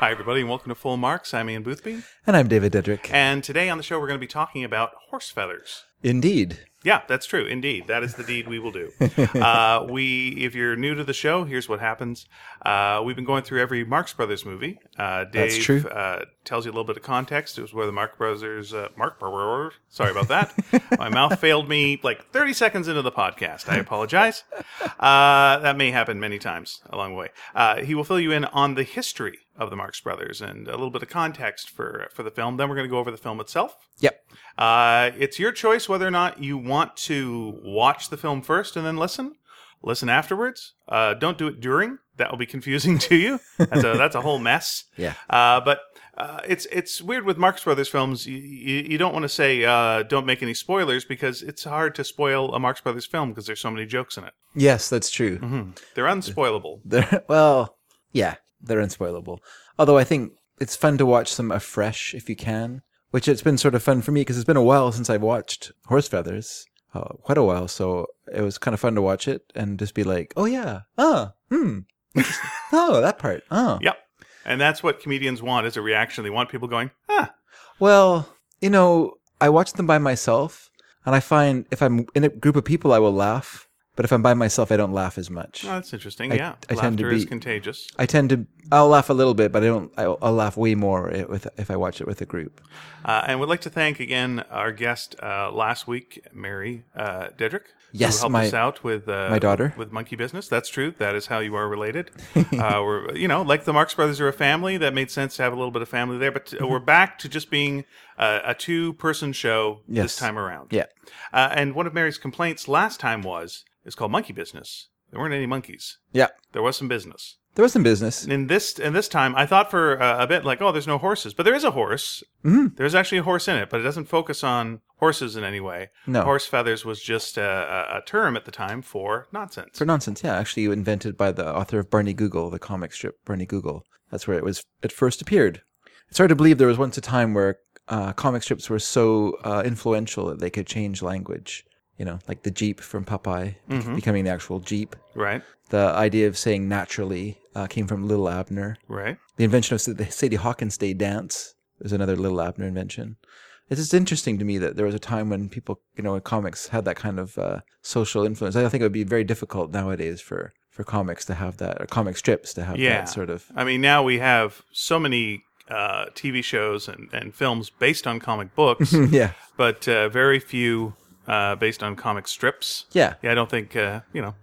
Hi, everybody, and welcome to Full Marks. I'm Ian Boothby. And I'm David Dedrick. And today on the show, we're going to be talking about horse feathers. Indeed. Yeah, that's true. Indeed, that is the deed we will do. Uh, we, if you're new to the show, here's what happens. Uh, we've been going through every Marx Brothers movie. Uh, Dave That's true. Uh, tells you a little bit of context. It was where the Marx Brothers, uh, Mark, Brothers- sorry about that. My mouth failed me like 30 seconds into the podcast. I apologize. Uh, that may happen many times along the way. Uh, he will fill you in on the history of the Marx Brothers and a little bit of context for for the film. Then we're going to go over the film itself. Yep. Uh, it's your choice whether or not you want to watch the film first and then listen, listen afterwards. Uh, don't do it during; that will be confusing to you. That's a, that's a whole mess. Yeah. Uh, but uh, it's it's weird with Marx Brothers films. You, you, you don't want to say uh, don't make any spoilers because it's hard to spoil a Marx Brothers film because there's so many jokes in it. Yes, that's true. They're unspoilable. They're, well, yeah, they're unspoilable. Although I think it's fun to watch them afresh if you can, which it's been sort of fun for me because it's been a while since I've watched Horse Feathers. Uh, quite a while, so it was kind of fun to watch it and just be like, "Oh yeah, oh, hmm, oh that part, oh." Yep. And that's what comedians want is a reaction. They want people going, ah, Well, you know, I watch them by myself, and I find if I'm in a group of people, I will laugh, but if I'm by myself, I don't laugh as much. oh, that's interesting. I- yeah. I Laughter tend to is be- contagious. I tend to I'll laugh a little bit, but I don't. I'll, I'll laugh way more i- with if I watch it with a group. Uh, and would like to thank again our guest uh, last week, Mary uh, Dedrick. Yes, who helped my- us out with uh, my daughter. with Monkey Business. That's true. That is how you are related. uh, we're you know like the Marx Brothers are a family. That made sense to have a little bit of family there. Mm-hmm. But uh, we're back to just being uh, a two person show this Yes. time around. Yeah, Uh, and one of Mary's complaints last time was it's called Monkey Business. There weren't any monkeys. yeah. There was some business. There was some business. In this in this time, I thought for uh, a bit like, oh, there's no horses, but there is a horse. Mm-hmm. There's actually a horse in it, but it doesn't focus on horses in any way. No. horse feathers was just a, a, a term at the time for nonsense. For nonsense, yeah, actually invented by the author of Barney Google, the comic strip Barney Google. That's where it was. It first appeared. It's hard to believe there was once a time where uh, comic strips were so uh, influential that they could change language. You know, like the Jeep from Popeye becoming the actual Jeep. Mm-hmm. right, The idea of saying naturally uh, came from Little Abner. right. The invention of the Sadie Hawkins Day dance was another Little Abner invention. It's just interesting to me that there was a time when people, you know, in comics had that kind of uh, social influence. I think it would be very difficult nowadays for, for comics to have that, or comic strips to have Yeah, that sort of. I mean, now we have so many uh, TV shows and, and films based on comic books, Yeah. but uh, very few uh, based on comic strips. Yeah. Yeah, I don't think uh, you know.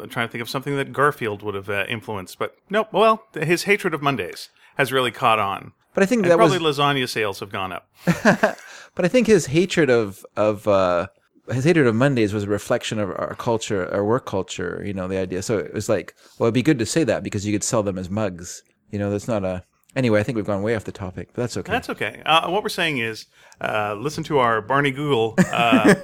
I'm trying to think of something that Garfield would have uh, influenced, but nope. Well, his hatred of Mondays has really caught on. But I think And that was. probably lasagna sales have gone up. But I think his hatred of of uh, his hatred of Mondays was a reflection of our culture, our work culture. You know, the idea. So it was like, well, it'd be good to say that because you could sell them as mugs. You know, that's not a. Anyway, I think we've gone way off the topic, but that's okay. That's okay. Uh, what we're saying is, uh, listen to our Barney Google uh,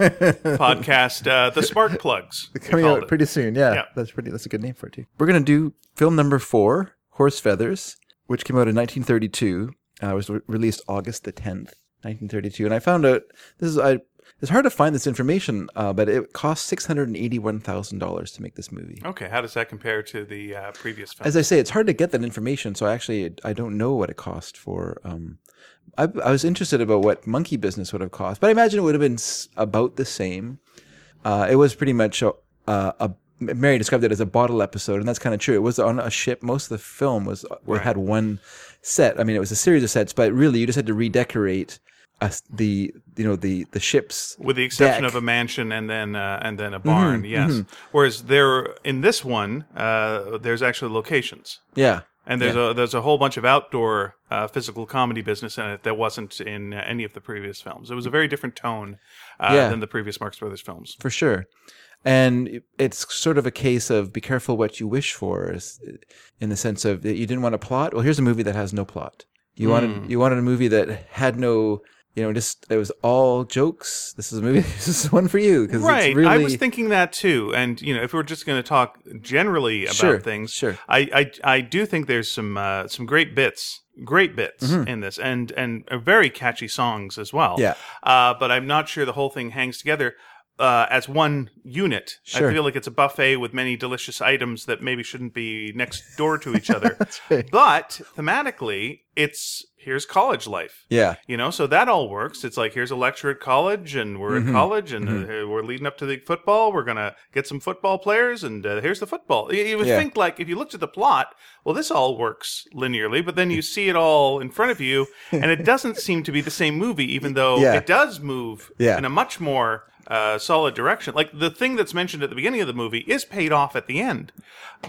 podcast, uh, the Spark Plugs. we coming called out it. pretty soon. Yeah, Yeah. that's pretty. That's a good name for it too. We're gonna do film number four, Horse Feathers, which came out in 1932. Uh, it was re- released August the 10th, 1932. And I found out this is I. It's hard to find this information, uh, but it cost six hundred and eighty-one thousand dollars to make this movie. Okay, how does that compare to the uh, previous film? As I say, it's hard to get that information, so I actually I don't know what it cost for. Um, I, I was interested about what Monkey Business would have cost, but I imagine it would have been s- about the same. Uh, it was pretty much a, uh, a Mary described it as a bottle episode, and that's kind of true. It was on a ship. Most of the film was Right. had one set. I mean, it was a series of sets, but really you just had to redecorate uh, the you know the the ships. With the exception deck. Mm-hmm, of a mansion and then uh, and then a barn, yes. Whereas there in this one, uh, there's actually locations. Yeah, And there's a there's a whole bunch of outdoor uh, physical comedy business in it that wasn't in uh, any of the previous films. It was a very different tone uh, Yeah. than the previous Marx Brothers films. for sure. And it- it's sort of a case of be careful what you wish for, is- in the sense of that you didn't want a plot. Well, here's a movie that has no plot. You Hmm. wanted you wanted a movie that had no, you know, just it was all jokes. This is a movie. This is one for you because Right, It's really, I was thinking that too. And you know, if we're just going to talk generally about Sure, things, sure. I, I I do think there's some uh, some great bits, great bits in this, and and uh, very catchy songs as well. Mm-hmm. Yeah. Uh, but I'm not sure the whole thing hangs together. uh, as one unit. Sure. I feel like it's a buffet with many delicious items that maybe shouldn't be next door to each other. That's right. but thematically, it's here's college life. Yeah. You know, so that all works. It's like here's a lecture at college, and we're Mhm. at college, and uh, we're leading up to the football. We're gonna get some football players, and uh, here's the football. You, you would Yeah. think like if you looked at the plot, well, this all works linearly, but then you see it all in front of you, and it doesn't seem to be the same movie, even though Yeah. it does move Yeah. in a much more uh, solid direction. Like the thing that's mentioned at the beginning of the movie is paid off at the end,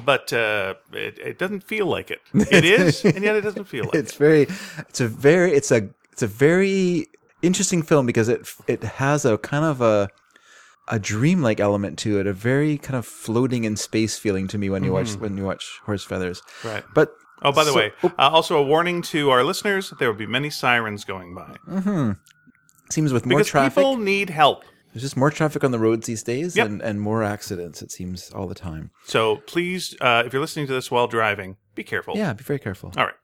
but uh, it, it doesn't feel like it. It is, and yet it doesn't feel like it's it. very it's a very it's a it's a very interesting film because it it has a kind of a a dreamlike element to it a very kind of floating in space feeling to me when you watch Mm-hmm. when you watch horse feathers Right. but Oh, by the So- way, uh, also a warning to our listeners: there will be many sirens going by it seems with more because traffic people need help. there's just more traffic on the roads these days Yep. and and more accidents it seems all the time So please, uh, if you're listening to this while driving, be careful. yeah be very careful All right.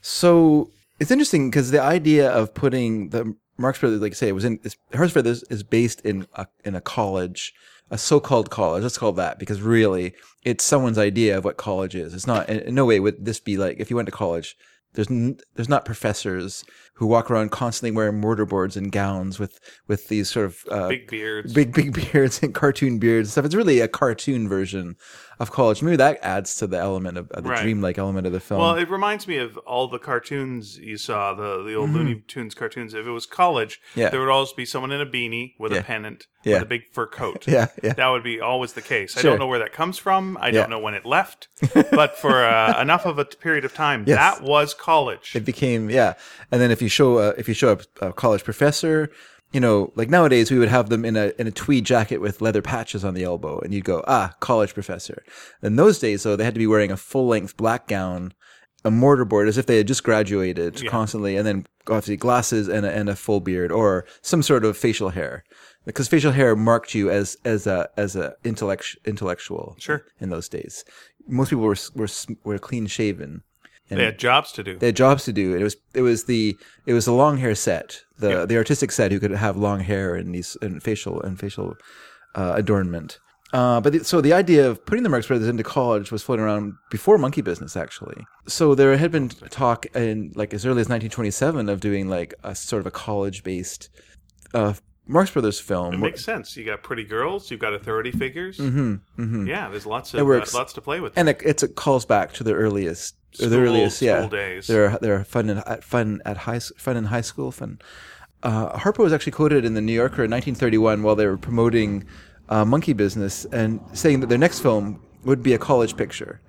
So it's interesting because the idea of putting the Marx Brothers, like I say, it was in it's- Hearst Brothers is based in a, in a college, a so-called college. Let's call it that because really it's someone's idea of what college is. It's not in, in no way would this be like if you went to college. There's n- there's not professors who walk around constantly wearing mortarboards and gowns with with these sort of uh, Big beards. big big beards and cartoon beards and stuff. It's really a cartoon version of college. Maybe that adds to the element of, of the Right. dreamlike element of the film. well, it reminds me of all the cartoons you saw, the the old Looney Tunes cartoons. If it was college, Mm-hmm. Yeah. there would always be someone in a beanie with Yeah. a pennant, Yeah. with a big fur coat. yeah, yeah. That would be always the case. I Sure. don't know where that comes from. I Yeah. don't know when it left, but for uh, enough of a t- period of time, Yes. that was college. it became yeah and then if you show a, if you show a, a college professor you know like nowadays we would have them in a in a tweed jacket with leather patches on the elbow and you'd go ah college professor in those days though they had to be wearing a full length black gown a mortarboard as if they had just graduated Yeah. constantly and then obviously glasses and a, and a full beard or some sort of facial hair because facial hair marked you as as a as a intellect, intellectual Sure. in those days most people were s- were s- were clean shaven and they had jobs to do. they had jobs to do. And it was it was the it was the long hair set, the Yeah. the artistic set who could have long hair and these and facial and facial uh, adornment. Uh, but the, so the idea of putting the Marx Brothers into college was floating around before Monkey Business, actually. So there had been talk in like as early as 1927 of doing like a sort of a college-based uh, Marx Brothers film. Makes sense. You got pretty girls. You've got authority figures. Yeah, there's lots of It Mm-hmm, works. uh, lots to play with. and it, it's, it calls back to the earliest, or the School- earliest, yeah, school days. They're they're fun in, at fun at high s- fun in high school. Fun. Uh, Harpo was actually quoted in the New Yorker in 1931 while they were promoting uh, Monkey Business and saying that their next film would be a college picture,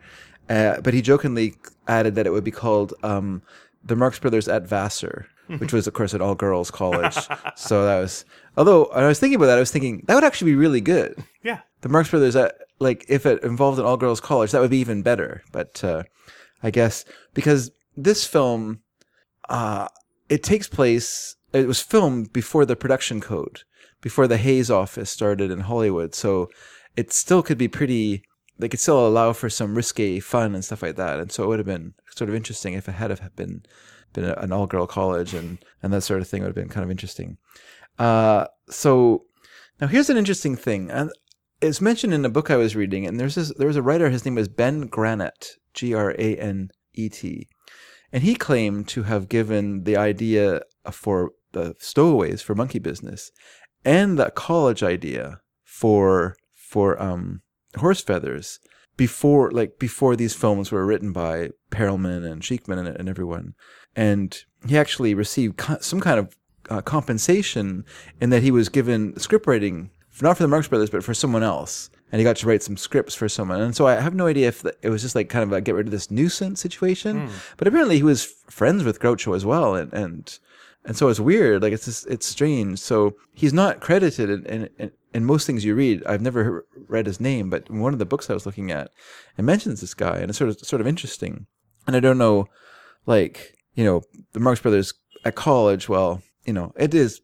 uh, but he jokingly added that it would be called um, "The Marx Brothers at Vassar." Which was, of course, at all girls college. so that was, although when I was thinking about that, I was thinking that would actually be really good yeah, the Marx Brothers, uh, like if it involved an all girls college, that would be even better. But uh, I guess because this film, uh, it takes place. It was filmed before the production code, before the Hayes office started in Hollywood. So it still could be pretty. They could still allow for some risque fun and stuff like that. And so it would have been sort of interesting if it had have been been an all girl college and and that sort of thing would have been kind of interesting. Uh, so now here's an interesting thing, and it's mentioned in a book I was reading, and there's this, there was a writer. His name was Ben Granett, G R A N E T, and he claimed to have given the idea for the stowaways for monkey business, and the college idea for for um, horse feathers before like before these films were written by Perelman and Sheikman and, and everyone, and he actually received co- some kind of uh, compensation in that he was given scriptwriting not for the Marx Brothers but for someone else, and he got to write some scripts for someone. And so I have no idea if the, it was just like kind of a get rid of this nuisance situation, but apparently he was f- friends with Groucho as well, and and and so it's weird. Like it's just, it's strange. So he's not credited in, in, in, in most things you read. I've never he- read his name, but in one of the books I was looking at, it mentions this guy, and it's sort of sort of interesting. And I don't know, like you know, the Marx Brothers at college. Well, you know, it is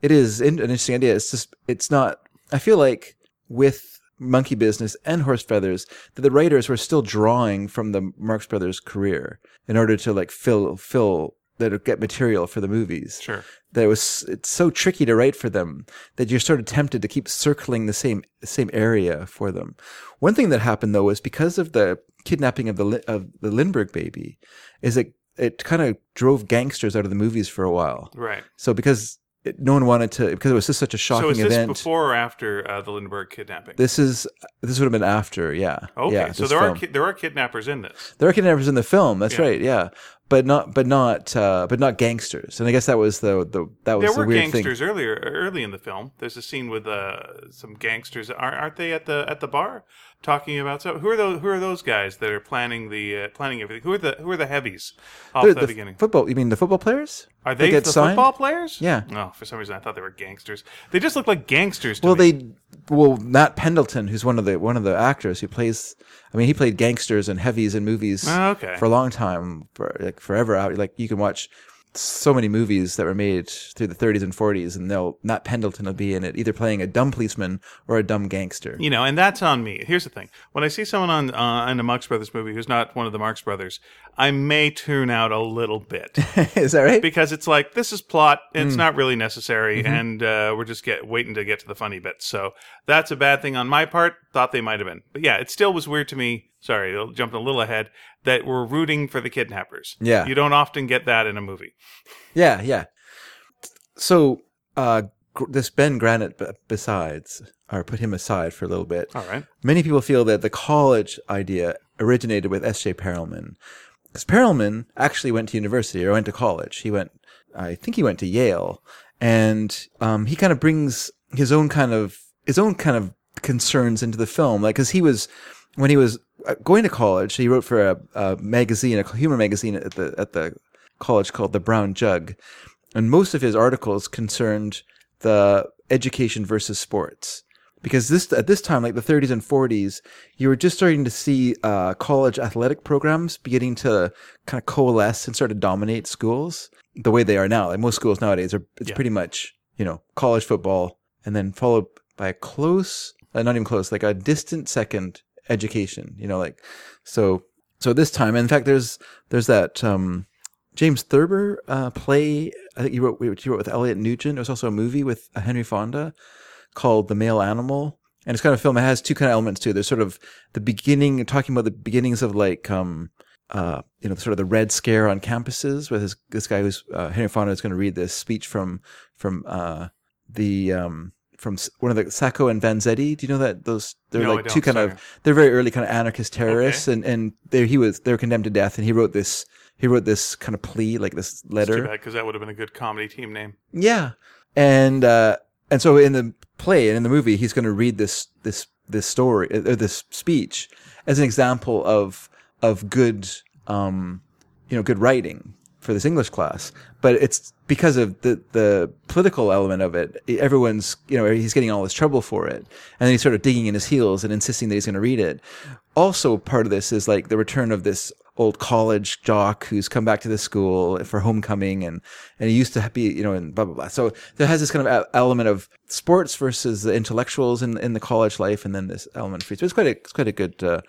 it is in- an interesting idea. It's just it's not. I feel like with Monkey Business and Horse Feathers, that the writers were still drawing from the Marx Brothers' career in order to like fill fill that'll get material for the movies. Sure. That was it's so tricky to write for them that you're sort of tempted to keep circling the same same area for them. One thing that happened though was because of the kidnapping of the Li- of the Lindbergh baby, is it it kind of drove gangsters out of the movies for a while. Right. So because it, no one wanted to, because it was just such a shocking so is this event. before or after uh, the Lindbergh kidnapping? this is this would have been after, yeah. okay. yeah, so this there are film. ki- there are kidnappers in this. There are kidnappers in the film. That's Yeah. right. Yeah, but not, but not, uh, but not gangsters. And I guess that was the the that was There the were weird gangsters earlier early in the film. There's a scene with uh, some gangsters. Aren't, aren't they at the at the bar talking about so who are those who are those guys that are planning the uh, planning everything? Who are the who are the heavies off thing. They're the, beginning? football. You mean the football players? Are they, get the signed? football players? Yeah. No, for some reason I thought they were gangsters. They just look like gangsters. To Well, me. they well Matt Pendleton, who's one of the one of the actors who plays. I mean, he played gangsters and heavies in movies Oh, okay. for a long time, for, like forever out. Like you can watch so many movies that were made through the 30s and 40s, and they'll Matt Pendleton will be in it, either playing a dumb policeman or a dumb gangster. You know, and that's on me. Here's the thing: when I see someone on uh, in a Marx Brothers movie who's not one of the Marx Brothers, I may tune out a little bit Is that right? because it's like this is plot; Hmm. it's not really necessary, Mm-hmm. and uh, we're just get waiting to get to the funny bits. So that's a bad thing on my part. Thought they might have been, but yeah, it still was weird to me. Sorry, I'll jump a little ahead. That we're rooting for the kidnappers. Yeah. you don't often get that in a movie. Yeah, yeah. So uh, gr- this Ben Granite, b- besides, or put him aside for a little bit. All right, Many people feel that the college idea originated with S.J. Perelman, because Perelman actually went to university or went to college. He went, I think he went to Yale, and um, he kind of brings his own kind of his own kind of concerns into the film, like because he was when he was uh, going to college, he wrote for a, a magazine, a humor magazine at the at the college called the Brown Jug, and most of his articles concerned the education versus sports because this at this time like the 30s and 40s you were just starting to see uh, college athletic programs beginning to kind of coalesce and start to dominate schools the way they are now like most schools nowadays are it's Yeah. pretty much you know college football and then followed by a close uh, not even close like a distant second education you know like so so this time in fact there's there's that um James Thurber uh, play. I think you wrote which you wrote with Elliot Nugent. It was also a movie with uh, Henry Fonda called The Male Animal, and it's kind of a film. It has two kind of elements too. There's sort of the beginning, talking about the beginnings of like, um, uh, you know, sort of the Red Scare on campuses with this this guy who's uh, Henry Fonda is going to read this speech from from uh, the um, from s- one of the Sacco and Vanzetti. Do you know that those they're No, I like don't. two kind Sorry. of they're very early kind of anarchist terrorists, and and there he was they were condemned to death, and he wrote this he wrote this kind of plea like this it's too letter. bad because that would have been a good comedy team name. Yeah, and uh, and so in the play and in the movie, he's going to read this this this story uh, or this speech as an example of of good um, you know good writing for this English class. But it's because of the the political element of it. Everyone's you know he's getting all this trouble for it, and then he's sort of digging in his heels and insisting that he's going to read it. Also, part of this is like the return of this old college jock who's come back to the school for homecoming and and he used to be you know and blah blah blah so there has this kind of e- element of sports versus the intellectuals in in the college life and then this element of free speech it's quite a it's quite a good uh,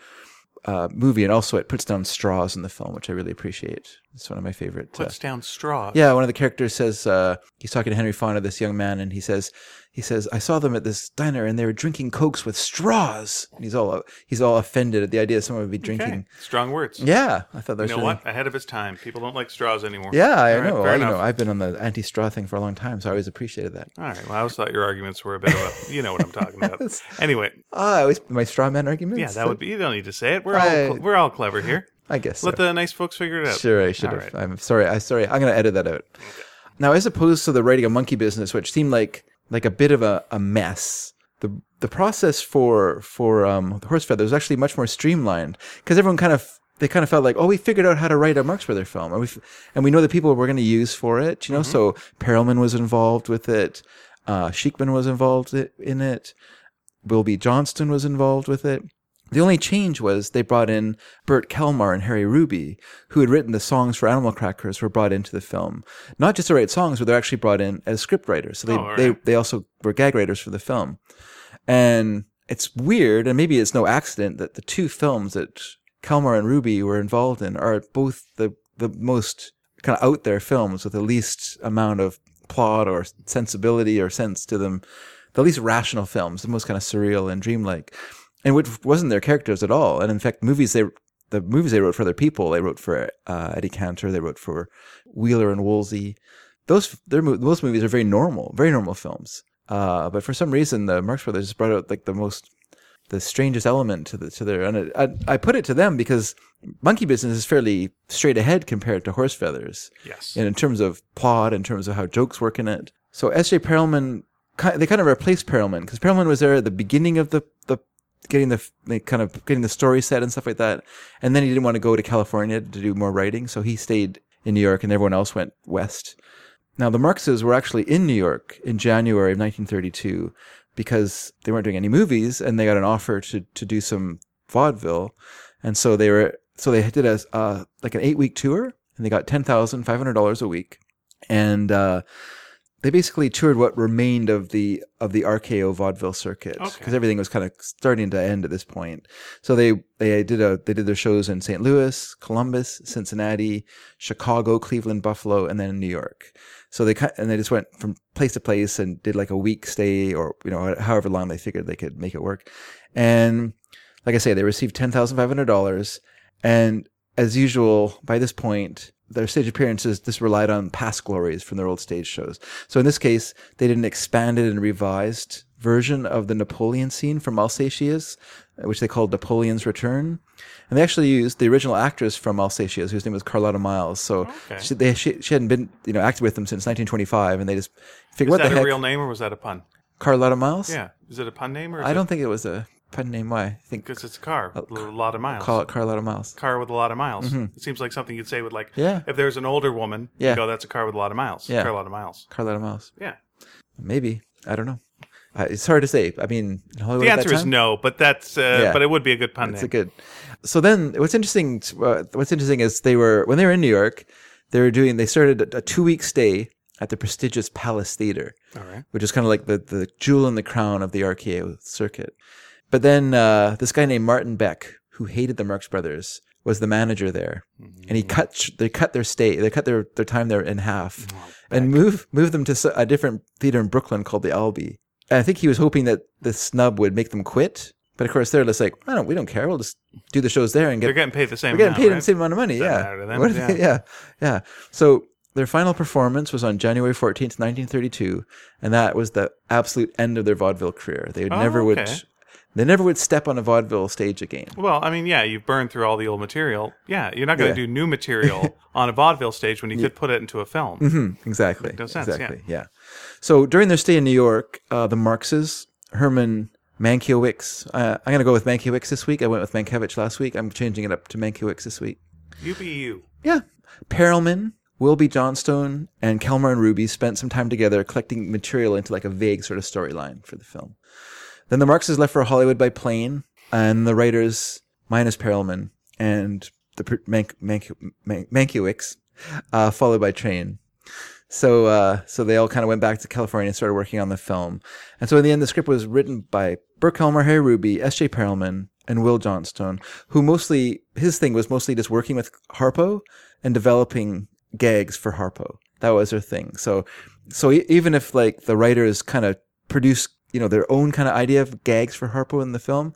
uh, movie and also it puts down straws in the film which i really appreciate it's one of my favorite uh, Puts down straw. yeah, one of the characters says uh, he's talking to Henry Fonda, this young man, and he says he says I saw them at this diner and they were drinking cokes with straws. And he's all he's all offended at the idea that someone would be drinking. Okay. Strong words. Yeah, I thought that was You know really- what? Ahead of its time. People don't like straws anymore. Yeah, I All right, know. fair I, you enough. know. I've been on the anti-straw thing for a long time, so I always appreciated that. All right. Well, I always thought your arguments were a bit of a, you know what I'm talking about. Anyway, Ah, I always my straw man arguments. yeah, that would be. You don't need to say it. We're I- all we're all clever here. I guess. Let so. the nice folks figure it out. Sure, I should All have. right. I'm sorry. I sorry. I'm gonna edit that out. Now, as opposed to the writing of monkey business, which seemed like like a bit of a, a mess, the the process for for um, the horse feather was actually much more streamlined because everyone kind of they kind of felt like, oh, we figured out how to write a Marx Brother film, and we f- and we know the people we're going to use for it. You know, Mm-hmm. so Perelman was involved with it. Uh, Sheikman was involved i- in it. Will B. Johnston was involved with it. The only change was they brought in Bert Kelmar and Harry Ruby, who had written the songs for Animal Crackers, were brought into the film. Not just to write songs, but they're actually brought in as scriptwriters. So they, Oh, all right. they, they also were gag writers for the film. And it's weird, and maybe it's no accident that the two films that Kelmar and Ruby were involved in are both the, the most kind of out there films with the least amount of plot or sensibility or sense to them, the least rational films, the most kind of surreal and dreamlike, and which wasn't their characters at all. And in fact, movies they the movies they wrote for other people, they wrote for uh, Eddie Cantor, they wrote for Wheeler and Woolsey. Those their mo- most movies are very normal, very normal films. Uh, but for some reason, the Marx Brothers just brought out like the most the strangest element to the to their and it, I, I put it to them because monkey business is fairly straight ahead compared to horse feathers Yes. and in terms of plot, in terms of how jokes work in it. So S.J. Perelman, ki- they kind of replaced Perelman because Perelman was there at the beginning of the the getting the like, kind of getting the story set and stuff like that, and then he didn't want to go to California to do more writing, so he stayed in New York, and everyone else went west. Now the Marxes were actually in New York in January of 1932 because they weren't doing any movies, and they got an offer to to do some vaudeville, and so they were so they did a uh, like an eight week tour, and they got ten thousand five hundred dollars a week, and uh, they basically toured what remained of the of the RKO vaudeville circuit because Okay. everything was kind of starting to end at this point. So they they did a they did their shows in St. Louis, Columbus, Cincinnati, Chicago, Cleveland, Buffalo, and then in New York. So they ki- and they just went from place to place and did like a week stay or you know however long they figured they could make it work, and like I say, they received ten thousand five hundred dollars, and as usual, by this point, their stage appearances just relied on past glories from their old stage shows. So in this case, they did an expanded and revised version of the Napoleon scene from Alsatia's, which they called Napoleon's Return, and they actually used the original actress from Alsatia's, whose name was Carlotta Miles. So Okay. she, they, she, she hadn't been you know acted with them since 1925, and they just figured Is what that the a heck, real name or was that a pun? Carlotta Miles. Yeah. Is it a pun name or is I don't Oh, think it was a pun name. Why? I think because it's a car with a lot of miles. call it Carlotta Miles. car with a lot of miles. It seems like something you'd say with like Mm-hmm. Yeah. if there's an older woman, Yeah. you go, that's a car with a lot of miles. Yeah. Car with a lot of miles. Carlotta Miles. Yeah. Maybe I don't know. I, it's hard to say. I mean, in Hollywood. The at that answer is time, no, but that's uh, Yeah. but it would be a good pun It's name. a good. So then, what's interesting? Uh, what's interesting is they were when they were in New York, they were doing. They started a, a two week stay at the prestigious Palace Theater, All right. which is kind of like the the jewel in the crown of the RKO circuit. But then uh, this guy named Martin Beck, who hated the Marx Brothers, was the manager there, and he cut sh- they cut their stay they cut their, their time there in half, and move move them to s- a different theater in Brooklyn called the Albee. And I think he was hoping that this snub would make them quit, but of course they're just like, I don't, we don't care. We'll just do the shows there and get They're getting paid the same. we're getting amount, paid right? the same amount of money. Doesn't Yeah. matter to them, What if yeah. they- yeah. Yeah. So their final performance was on January 14th, 1932. And that was the absolute end of their vaudeville career. They Oh, never would, okay. they never would step on a vaudeville stage again. Well, I mean, yeah, you've burned through all the old material. Yeah, you're not going Yeah. to do new material on a vaudeville stage when you could put it into a film. Mhm, exactly. Hmm. no sense, yeah. exactly. Yeah. So during their stay in New York, uh, the Marxes, Herman Mankiewicz, uh, I'm going to go with Mankiewicz this week. I went with Mankiewicz last week. I'm changing it up to Mankiewicz this week. You be you. Yeah. Perelman, Wilby Johnstone, and Kelmer and Ruby spent some time together collecting material into like a vague sort of storyline for the film. Then the Marxes left for Hollywood by plane, and the writers, minus Perelman and the pr- Mank- Mank- Mank- Mankiewicz, uh, followed by train. So, uh, so they all kind of went back to California and started working on the film. And so in the end, the script was written by Burke Helmer, Harry Ruby, S.J. Perelman, and Will Johnstone, who mostly, his thing was mostly just working with Harpo and developing gags for Harpo. That was their thing. So, so e- even if like the writers kind of produce, you know, their own kind of idea of gags for Harpo in the film,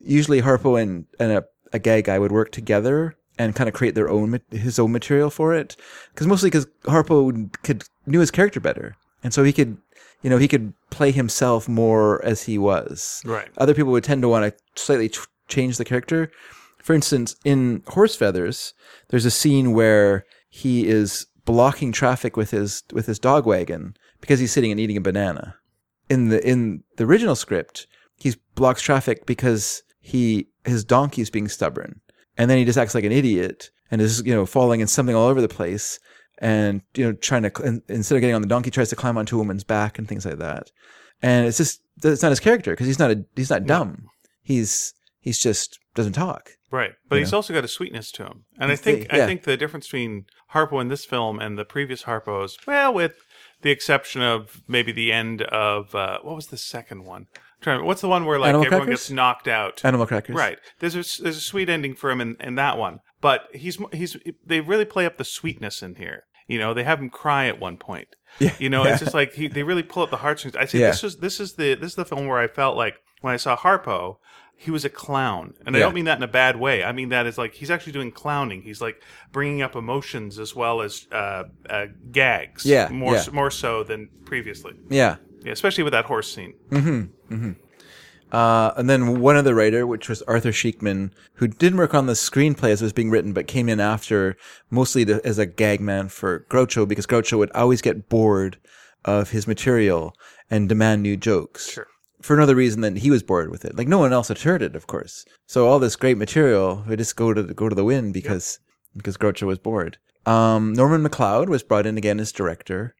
usually Harpo and, and a, a gay guy would work together and kind of create their own ma- his own material for it because mostly because Harpo could knew his character better and so he could you know he could play himself more as he was Right. other people would tend to want to slightly t- change the character for instance in horse feathers there's a scene where he is blocking traffic with his with his dog wagon because he's sitting and eating a banana in the in the original script, he blocks traffic because he his donkey's being stubborn, and then he just acts like an idiot and is you know falling and something all over the place, and you know trying to cl- and instead of getting on the donkey, tries to climb onto a woman's back and things like that, and it's just that's not his character because he's not a he's not dumb, he's he's just doesn't talk. Right, but he's also got a sweetness to him, and I think yeah. I think the difference between Harpo in this film and the previous Harpos, well, with the exception of maybe the end of uh, what was the second one? I'm trying to remember. what's the one where like Animal everyone Crackers? gets knocked out? Animal crackers, Right. There's a, there's a sweet ending for him in, in that one, but he's he's they really play up the sweetness in here. You know, they have him cry at one point. Yeah. You know, it's just like he, they really pull up the heartstrings. I say Yeah. this is this is the this is the film where I felt like when I saw Harpo, he was a clown, and I Yeah. don't mean that in a bad way. I mean that is like he's actually doing clowning. He's like bringing up emotions as well as uh, uh, gags. Yeah, more yeah. s- more so than previously. Yeah. Yeah, especially with that horse scene. Uh, and then one other writer, which was Arthur Sheikman, who didn't work on the screenplay as it was being written, but came in after, mostly to, as a gag man for Groucho, because Groucho would always get bored of his material and demand new jokes. Sure. For another reason than he was bored with it. Like no one else had heard it, of course. So all this great material would just go to the, go to the wind because because Groucho was bored. Um, Norman MacLeod was brought in again as director.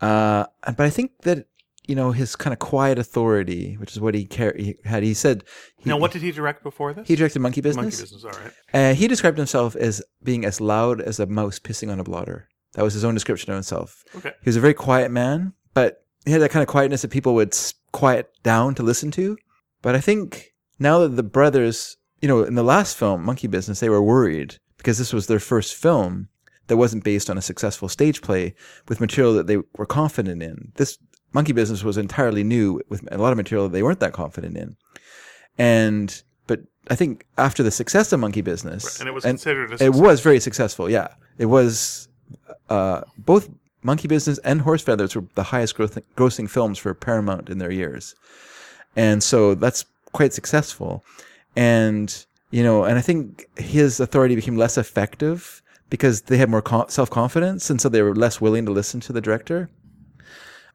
Uh, and- but I think that you know his kind of quiet authority, which is what he, car- he had. He said he, Now, what did he direct before this? he directed Monkey Business. Monkey Business. All right. Uh, he described himself as being as loud as a mouse pissing on a blotter. That was his own description of himself. Okay. He was a very quiet man, but he had that kind of quietness that people would s- quiet down to listen to. But I think now that the brothers, you know, in the last film, Monkey Business, they were worried because this was their first film that wasn't based on a successful stage play with material that they were confident in. This Monkey Business was entirely new with a lot of material that they weren't that confident in. And, but I think after the success of Monkey Business, And it was considered a it was very successful. Yeah, it was. Uh, both Monkey Business and Horse Feathers were the highest groth- grossing films for Paramount in their years, and so that's quite successful. And you know, and I think his authority became less effective because they had more con- self confidence, and so they were less willing to listen to the director.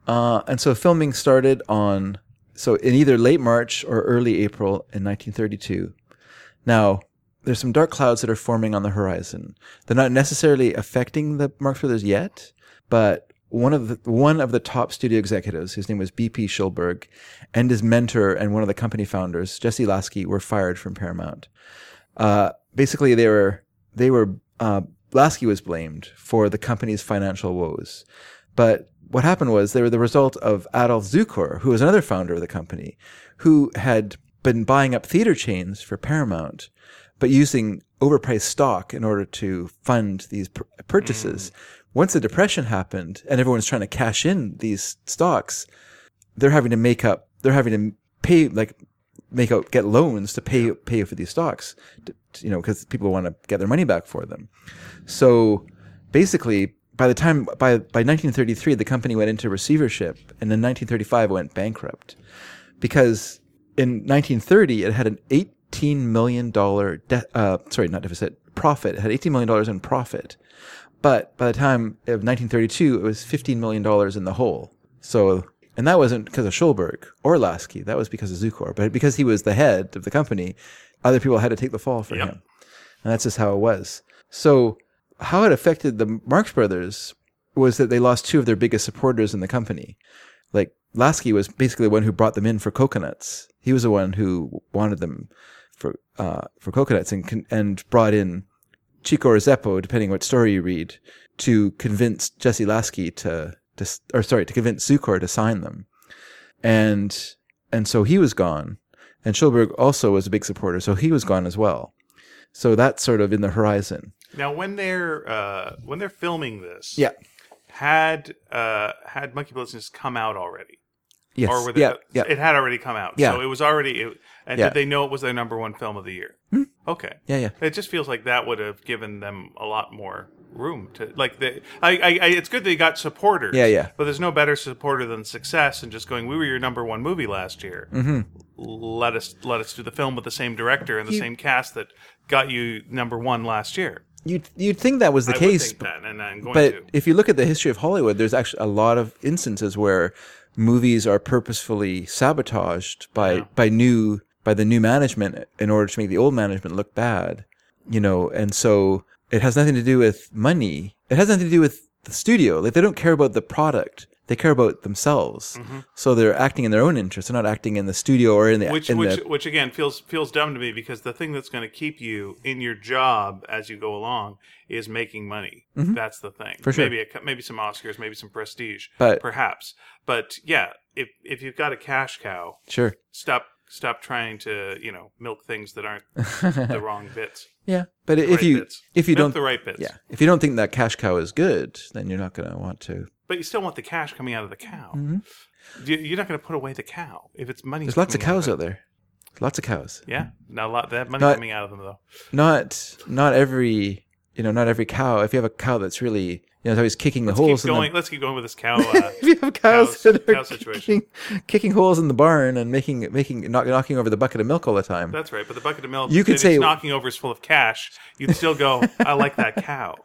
Uh, and so filming started on so in either late March or early April in 1932. Now, there's some dark clouds that are forming on the horizon. They're not necessarily affecting the Mark Brothers yet, but one of the one of the top studio executives, his name was B.P. Schulberg, and his mentor and one of the company founders, Jesse Lasky, were fired from Paramount. Uh, basically, they were they were uh, Lasky was blamed for the company's financial woes, but what happened was they were the result of Adolf Zukor, who was another founder of the company, who had been buying up theater chains for Paramount, but using overpriced stock in order to fund these pur- purchases. Once the depression happened and everyone's trying to cash in these stocks, they're having to make up, they're having to pay like make out get loans to pay pay for these stocks, t- t- you know, because people want to get their money back for them. So basically, by the time by by 1933, the company went into receivership, and in 1935 it went bankrupt because in 1930 it had an 18 million dollar de- uh, sorry not deficit profit. It had 18 million dollars in profit, but by the time of 1932 it was 15 million dollars in the hole. So and that wasn't because of Schulberg or Lasky. That was because of Zukor. But because he was the head of the company, other people had to take the fall for Yep. him. And that's just how it was. So, how it affected the Marx brothers was that they lost two of their biggest supporters in the company. Like, Lasky was basically the one who brought them in for coconuts. He was the one who wanted them for uh, for coconuts and con- and brought in Chico or Zeppo, depending on what story you read, to convince Jesse Lasky to, to s- or sorry, to convince Zukor to sign them. And and so he was gone. And Schulberg also was a big supporter, so he was gone as well. So that's sort of in the horizon. Now, when they're uh, when they're filming this, Yeah. had uh, had Monkey Business come out already, Yes. or were they, yeah. Yeah. it had already come out, Yeah. so it was already. It, and Yeah. did Hmm. they know it was their number one film of the year? Okay, Yeah. Yeah. it just feels like that would have given them a lot more room to like the. I, I, I it's good they got supporters. Yeah, yeah. But there's no better supporter than success and just going. We were your number one movie last year. Mm-hmm. Let us let us do the film with the same director and the same cast that got you number one last year. You'd you'd think that was the I would case, think that, and I'm going but to. if you look at the history of Hollywood, there's actually a lot of instances where movies are purposefully sabotaged by by new by the new management in order to make the old management look bad. You know, and so it has nothing to do with money. It has nothing to do with the studio. Like they don't care about the product. They care about themselves. Mm-hmm. So they're acting in their own interest. They're not acting in the studio or in the which in which the, which again feels feels dumb to me because the thing that's going to keep you in your job as you go along is making money. That's the thing. Mm-hmm. For sure. Maybe a, cu- maybe some Oscars, maybe some prestige, But- perhaps. But yeah, if if you've got a cash cow, sure. stop Stop trying to, you know, milk things that aren't the wrong bits. yeah, but if right you bits. if you milk don't the right bits. yeah if you don't think that cash cow is good, then you're not going to want to. But you still want the cash coming out of the cow. Mhm. You- You're not going to put away the cow if it's money. There's lots of coming cows it. out there. Lots of cows. Yeah, not a lot. That money Not- coming out of them though. Not not every you know not every cow. If you have a cow that's really you know it's always kicking the holes Keep in the going. Let's keep going with this cow. Uh, if you have cows Cows- that are cow situation. kicking, kicking holes in the barn and making making knock, knocking over the bucket of milk all the time, that's right. But the bucket of milk You could if say- it's knocking over is full of cash. You'd still go. I like that cow.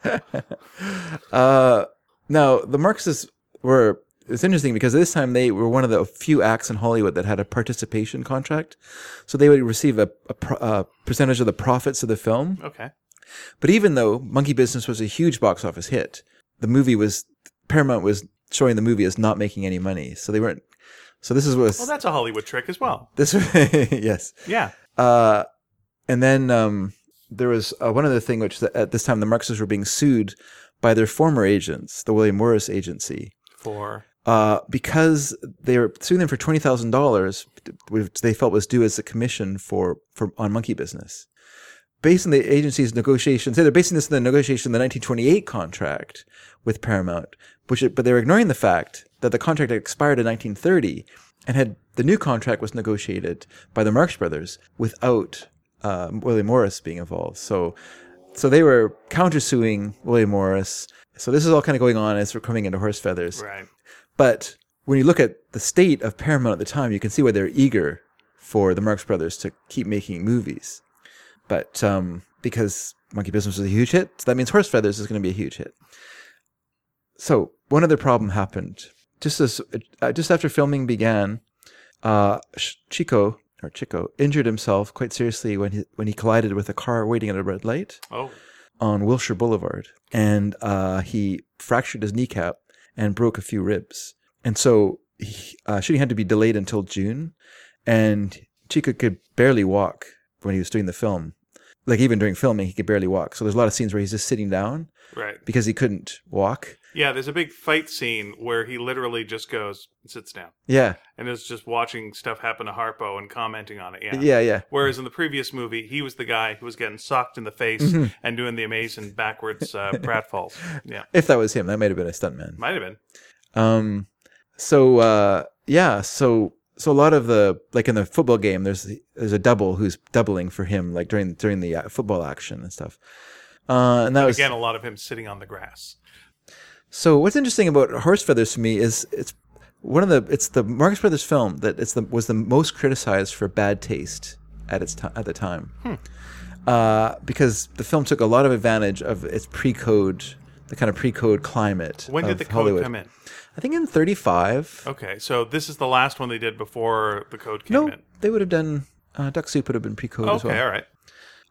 uh, no, the Marxists were. It's interesting because this time they were one of the few acts in Hollywood that had a participation contract, so they would receive a, a, pro, a percentage of the profits of the film. Okay. But even though Monkey Business was a huge box office hit, the movie was Paramount was showing the movie as not making any money, so they weren't. So this is what Well, that's a Hollywood trick as well. this yes. Yeah. Uh, and then um, there was uh, one other thing, which the, at this time the Marxists were being sued by their former agents, the William Morris Agency, For uh, because they were suing them for twenty thousand dollars, which they felt was due as a commission for, for on monkey business. Based on the agency's negotiations, they're basing this on the negotiation of the 1928 contract with Paramount, which it, but they're ignoring the fact that the contract had expired in 1930 and had the new contract was negotiated by the Marx Brothers without uh, William Morris being involved. So, so they were countersuing William Morris. So this is all kind of going on as we're coming into horse feathers. right. But when you look at the state of Paramount at the time, you can see why they're eager for the Marx Brothers to keep making movies. But um, because Monkey Business was a huge hit, so that means Horse Feathers is going to be a huge hit. So one other problem happened. Just as uh, just after filming began, uh, Sh- Chico or Chico injured himself quite seriously when he when he collided with a car waiting at a red light Oh, on Wilshire Boulevard, and uh, he fractured his kneecap and broke a few ribs. And so he, uh, shooting had to be delayed until June, and Chica could barely walk when he was doing the film. Like even during filming, he could barely walk. So there's a lot of scenes where he's just sitting down right. because he couldn't walk. Yeah. There's a big fight scene where he literally just goes and sits down Yeah, and is just watching stuff happen to Harpo and commenting on it. Yeah. yeah, yeah. Whereas in the previous movie, he was the guy who was getting socked in the face Mm-hmm. and doing the amazing backwards uh, pratfalls. Yeah, If that was him, that might have been a stuntman. might have been. Um, so uh, yeah, so so a lot of the like in the football game, there's there's a double who's doubling for him, like during during the uh, football action and stuff. Uh, and that was Again, a lot of him sitting on the grass. so. What's interesting about Horse Feathers to me is it's one of the it's the Marx Brothers film that it's the was the most criticized for bad taste at its time at the time, Hmm. uh, because the film took a lot of advantage of its pre-code, the kind of pre-code climate. When of did the code Hollywood. come in? I think in '35. Okay, so this is the last one they did before the code came No, in. they would have done uh, duck soup would have been pre-coded as Okay, well. all right.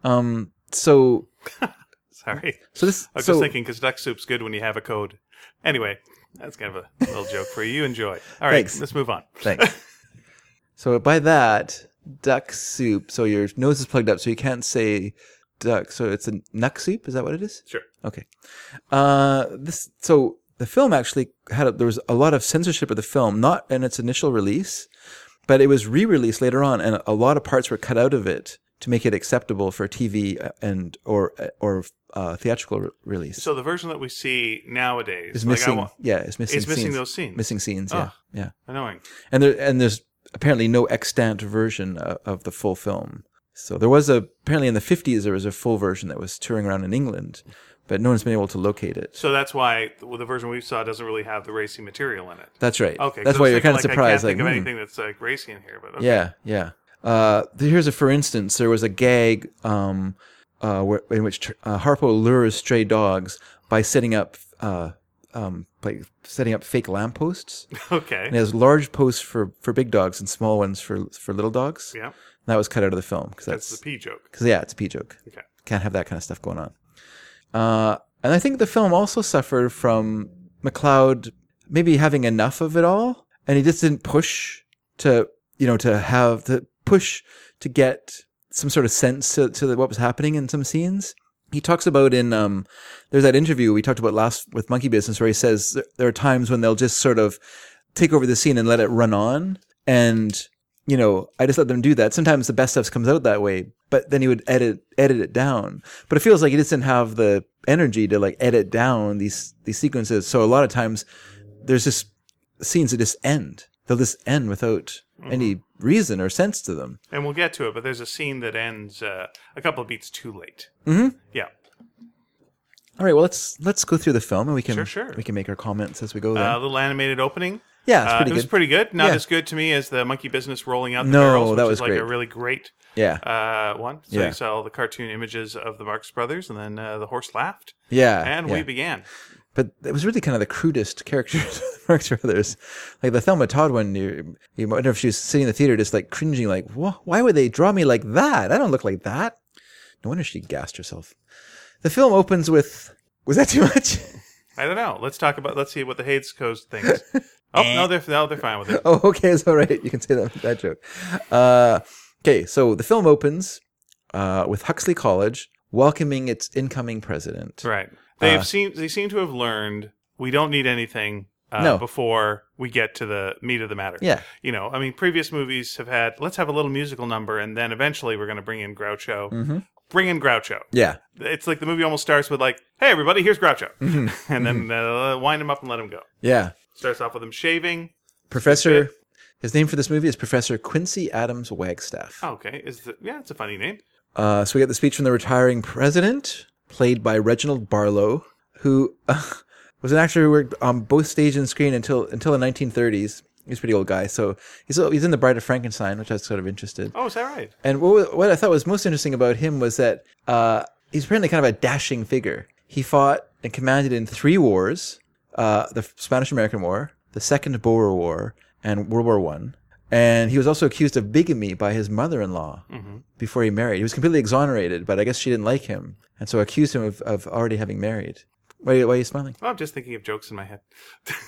Um, so Sorry, so this I was so just thinking because duck soup's good when you have a code. Anyway, that's kind of a little joke for you. You Enjoy. All right, Thanks. let's move on. thanks. so by that duck soup, so your nose is plugged up, so you can't say duck. So it's a nuck soup. Is that what it is? Sure. Okay. Uh, this so the film actually had a, there was a lot of censorship of the film, not in its initial release, but it was re-released later on, and a lot of parts were cut out of it to make it acceptable for TV and or or uh, theatrical re- release. So the version that we see nowadays It's like, I missing. wa- yeah, it's missing. it's missing scenes. those scenes. Missing scenes. Yeah, Ah. yeah. Annoying. And there and there's apparently no extant version of, of the full film. So there was a apparently in the 50s there was a full version that was touring around in England, but no one's been able to locate it. So that's why well, the version we saw doesn't really have the racy material in it. That's right. Okay, 'cause That's I why was thinking, you're kind of surprised. I can't Like, think of hmm. anything that's like racy in here, but okay. yeah, yeah. Uh, here's a for instance. There was a gag um, uh, where, in which tr- uh, Harpo lures stray dogs by setting up uh, um, like setting up fake lampposts. okay, And it has large posts for, for big dogs and small ones for for little dogs. yeah, And that was cut out of the film because that's that's the P joke. because yeah, it's a pee joke. Okay. Can't have that kind of stuff going on. Uh, and I think the film also suffered from McLeod maybe having enough of it all, and he just didn't push to you know to have to push to get some sort of sense to, to what was happening in some scenes. He talks about in um, there's that interview we talked about last with Monkey Business where he says there- there are times when they'll just sort of take over the scene and let it run on, and you know, I just let them do that. Sometimes the best stuff comes out that way, but then he would edit edit it down. But it feels like he just didn't have the energy to like edit down these these sequences. So a lot of times there's just scenes that just end. They'll just end without Mm-hmm. any reason or sense to them. and we'll get to it. But there's a scene that ends uh, a couple of beats too late. Mhm. Yeah. All right, well let's let's go through the film and we can Sure, sure. we can make our comments as we go there. A uh, little animated opening. yeah, it's Uh, pretty it good. was pretty good. Not Yeah. as good to me as the monkey business rolling out the No, barrels, which that is was like great. a really great yeah. uh, one. So Yeah. you saw all the cartoon images of the Marx Brothers, and then uh, the horse laughed, Yeah. and yeah. we began. but it was really kind of the crudest characters of the Marx Brothers. Like the Thelma Todd one, you, you wonder if she was sitting in the theater just like cringing, like, "Wha- why would they draw me like that? I don't look like that. No wonder she gassed herself. The film opens with, was that too much? I don't know. Let's talk about. Let's see what the Hayes Code thinks. oh no, they're no, they're fine with it. oh, okay, it's all right. You can say that, that joke. Uh, okay, so the film opens uh, with Huxley College welcoming its incoming president. Right. They have Uh, seen. They seem to have learned we don't need anything uh, No. before we get to the meat of the matter. Yeah, You know, I mean, previous movies have had let's have a little musical number, and then eventually we're going to bring in Groucho. Bring in Groucho. yeah, It's like the movie almost starts with like, "Hey, everybody, here's Groucho," and then uh, wind him up and let him go. yeah. Starts off with him shaving. Professor, his name for this movie is Professor Quincy Adams Wagstaff. Oh, okay, is the, yeah, it's a funny name. Uh, so we get the speech from the retiring president, played by Reginald Barlow, who uh, was an actor who worked on both stage and screen until until the 1930s. He's a pretty old guy, so he's he's in the Bride of Frankenstein, which I was sort of interested. Oh, is that right? And what wa- what I thought was most interesting about him was that uh, he's apparently kind of a dashing figure. He fought and commanded in three wars: uh, the Spanish American War, the Second Boer War, and World War One. And he was also accused of bigamy by his mother-in-law before he married. He was completely exonerated, but I guess she didn't like him, and so accused him of, of already having married. Why, why are you smiling? Well, Oh, I'm just thinking of jokes in my head.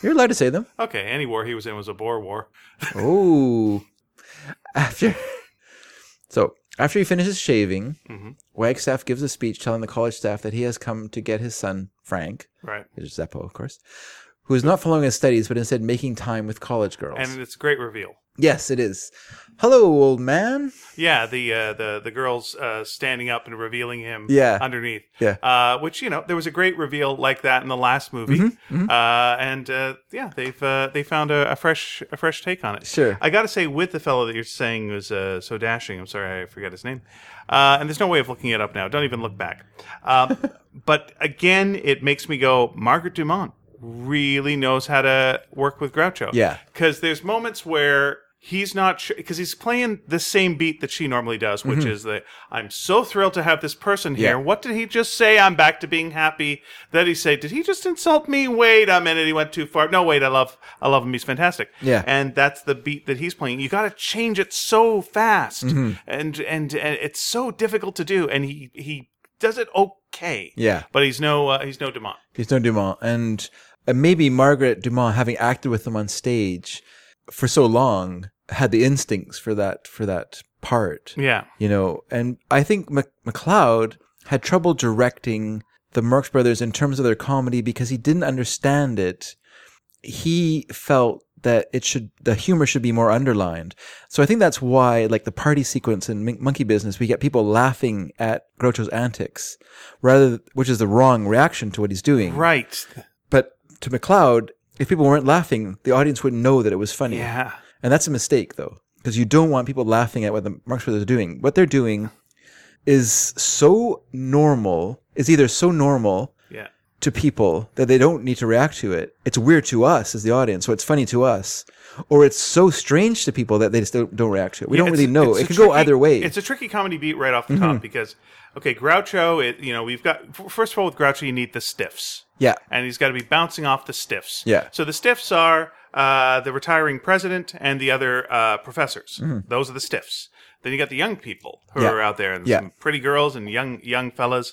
You're allowed to say them. Okay, any war he was in was a Boer War. Oh. After So, after he finishes shaving, Wagstaff gives a speech telling the college staff that he has come to get his son, Frank, Right. which is Zeppo, of course, who is not following his studies but instead making time with college girls. And it's a great reveal. yes, it is. Hello, old man. Yeah, the uh, the the girls uh, standing up and revealing him. Yeah. underneath. Yeah. uh, which you know there was a great reveal like that in the last movie. Mm-hmm, Uh, and uh, yeah, they've uh, they found a, a fresh a fresh take on it. Sure. I got to say, with the fellow that you're saying was uh, so dashing, I'm sorry I forgot his name. Uh, and there's no way of looking it up now. Don't even look back. Uh, but again, it makes me go, Margaret Dumont really knows how to work with Groucho Yeah. because there's moments where he's not because he's playing the same beat that she normally does which is that i'm so thrilled to have this person here Mm-hmm. Yeah. what did he just say i'm back to being happy that he say did he just insult me wait a minute he went too far no wait i love i love him he's fantastic Yeah. and that's the beat that he's playing you got to change it so fast Mm-hmm. and, and and it's so difficult to do and he he does it okay Yeah. but he's no uh, he's no demont He's no Dumont. And uh, maybe Margaret Dumont, having acted with him on stage for so long, had the instincts for that for that part. yeah you know and i think Mc- mcleod had trouble directing the marx brothers in terms of their comedy because he didn't understand it he felt that it should the humor should be more underlined so i think that's why like the party sequence in Mon- monkey business we get people laughing at groucho's antics rather which is the wrong reaction to what he's doing right but to mcleod if people weren't laughing the audience wouldn't know that it was funny yeah and that's a mistake, though, because you don't want people laughing at what the Marx Brothers are doing. What they're doing is so normal, is either so normal yeah to people that they don't need to react to it. It's weird to us as the audience, so it's funny to us, or it's so strange to people that they just don't, don't react to it. We don't It's- really know. it's It a could go tricky- either way. Mm-hmm. It's a tricky comedy beat right off the top because okay, Groucho, it, you know, we've got f- first of all with Groucho you need the stiffs. yeah. And he's got to be bouncing off the stiffs. Yeah. So the stiffs are uh, the retiring president and the other uh, professors. Those are the stiffs. Then you got the young people who Mm-hmm. Yeah. are out there and Yeah. some pretty girls and young young fellas.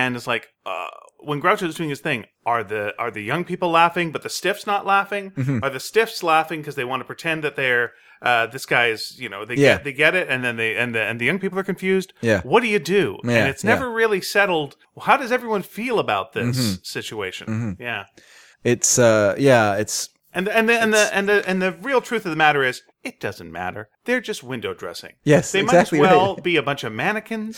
And it's like uh, when Groucho is doing his thing, are the are the young people laughing but the stiffs not laughing? Mm-hmm. Are the stiffs laughing because they want to pretend that they're uh, this guy is you know they Yeah. get, they get it and then they and the and the young people are confused. Yeah. What do you do? Yeah, and it's yeah. never really settled. Well, how does everyone feel about this Mm-hmm. situation? Yeah. It's, uh, yeah, it's, And the, and the, and the and the and the real truth of the matter is It doesn't matter. They're just window dressing. Yes, They exactly might as well right. be a bunch of mannequins,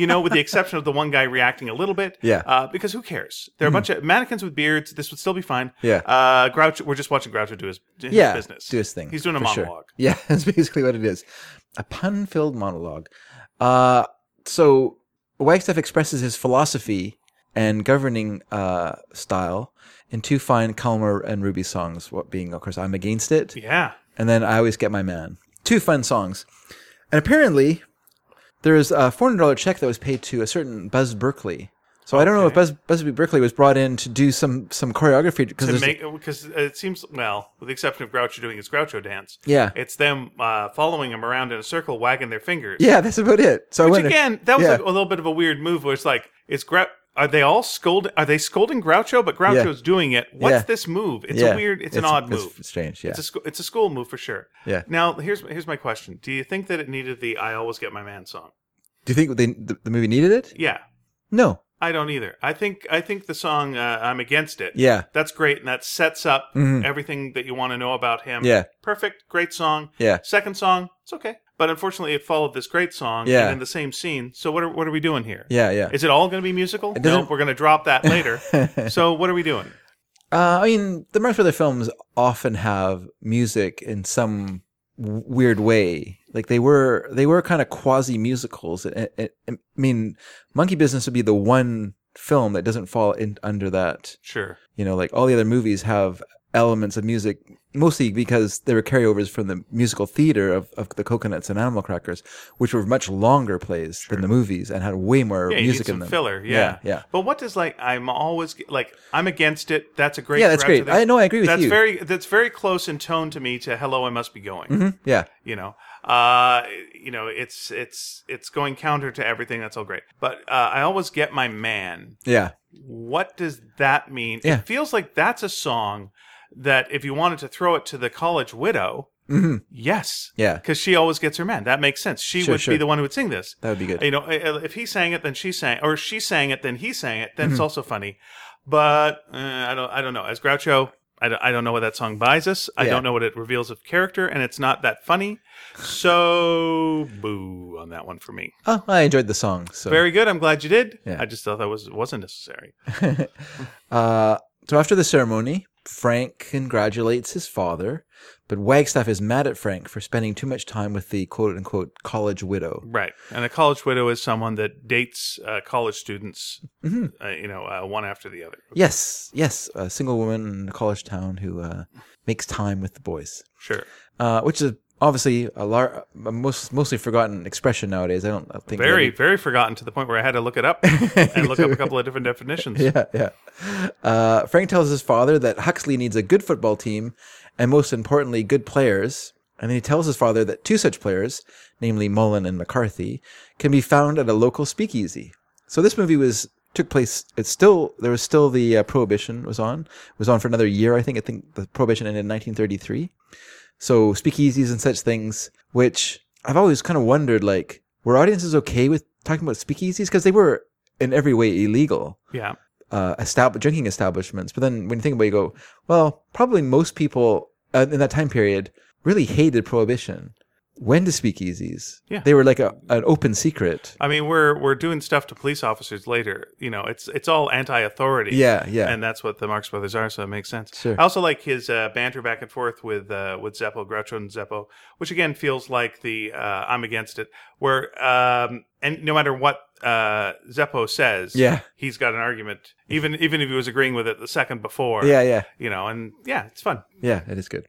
you know, with the exception of the one guy reacting a little bit. Yeah. Mm-hmm. Uh, because who cares? They're a bunch of mannequins with beards. This would still be fine. Yeah. Uh, Groucho, we're just watching Groucho do his, his yeah, business. do his thing. He's doing a for sure. monologue. Yeah, that's basically what it is. A pun filled monologue. Uh, so Wagstaff expresses his philosophy and governing uh, style in two fine Calmer and Ruby songs, what being, of course, I'm Against It, Yeah. and then I Always Get My Man. Two fun songs. And apparently, there is a $400 check that was paid to a certain Buzz Berkeley. So I don't know if Buzz, Busby Berkeley was brought in to do some, some choreography. Cause To there's- make because it seems well, with the exception of Groucho doing his Groucho dance. Yeah. It's them uh, following him around in a circle, wagging their fingers. yeah, that's about it. So I Which wonder, again, that was yeah. like a little bit of a weird move. Where it's like, it's Grou- Are they all scolding? Are they scolding Groucho? But Groucho's doing it. What's Yeah. this move? It's Yeah. a weird. It's, an odd move. It's strange. Yeah. It's a sc- it's a school move for sure. Yeah. Now here's here's my question. Do you think that it needed the "I always get my man" song? Do you think they, the, the movie needed it? Yeah, No. I don't either. I think I think the song uh, "I'm Against It." Yeah. That's great, and that sets up Mhm. everything that you want to know about him. Yeah. Perfect, great song. Yeah. Second song, it's okay, but unfortunately, it followed this great song Yeah. and in the same scene. So what are what are we doing here? Yeah. Yeah. Is it all going to be musical? No, doesn't- we're going to drop that later. so what are we doing? Uh, I mean, the Marx Brothers films often have music in some w- weird way. Like they were, they were kind of quasi musicals. I, I, I mean, Monkey Business would be the one film that doesn't fall in under that. Sure. You know, like all the other movies have elements of music, mostly because they were carryovers from the musical theater of, of the Coconuts and Animal Crackers, which were much longer plays than the movies and had way more Yeah, you need music in some them. filler. Yeah. Yeah, yeah. But what does like I'm always like I'm against it. That's a great. Yeah, that's Groucho great. thing. I know, I agree with that's you. very that's very close in tone to me to Hello, I must be going. Mhm, Yeah, You know, uh, you know, it's it's it's going counter to everything. That's all great. But uh, I always get my man. yeah. What does that mean? Yeah. It feels like that's a song that if you wanted to throw it to the college widow, yes, Yeah. because she always gets her man. That makes sense. She Mm-hmm. Sure, would sure. be the one who would sing this. That would be good. You know, i- if he sang it, then she sang, or she sang it, then he sang it. Then Mm-hmm. it's also funny. But uh, I don't, I don't know. As Groucho, I don't, I don't know what that song buys us. I Yeah. don't know what it reveals of character, and it's not that funny. So boo on that one for me. Oh, I enjoyed the song. So Very good. I'm glad you did. Yeah. I just thought that was wasn't necessary. Uh, so after the ceremony, Frank congratulates his father, but Wagstaff is mad at Frank for spending too much time with the quote unquote college widow. Right. And a college widow is someone that dates uh, college students, Mm-hmm. uh, you know, uh, one after the other. Yes, yes, a single woman in a college town who uh, makes time with the boys, Sure. uh, which is obviously a lar- a most, mostly forgotten expression nowadays. I don't think Very, very forgotten to the point where I had to look it up and look up a couple of different definitions. Yeah, yeah. Uh, Frank tells his father that Huxley needs a good football team and, most importantly, good players. And then he tells his father that two such players, namely Mullen and McCarthy, can be found at a local speakeasy. So this movie was took place. It's still there was still the uh, prohibition was on It was on for another year. I think I think the prohibition ended in 1933. So speakeasies and such things, which I've always kind of wondered, like were audiences okay with talking about speakeasies because they were in every way illegal Yeah. uh, estab- drinking establishments. But then when you think about it, you go, well, probably most people uh, in that time period really hated prohibition. When to speakeasies? Yeah. They were like a, an open secret. I mean, we're we're doing stuff to police officers later. You know, it's it's all anti-authority. Yeah, yeah. And that's what the Marx Brothers are, so it makes sense. Sure. I also like his uh, banter back and forth with uh, with Zeppo, Groucho, and Zeppo, which again feels like the uh, "I'm against it," where um, and no matter what uh, Zeppo says, Yeah. he's got an argument, even even if he was agreeing with it the second before. yeah, yeah, you know, and yeah, it's fun. yeah. It is good.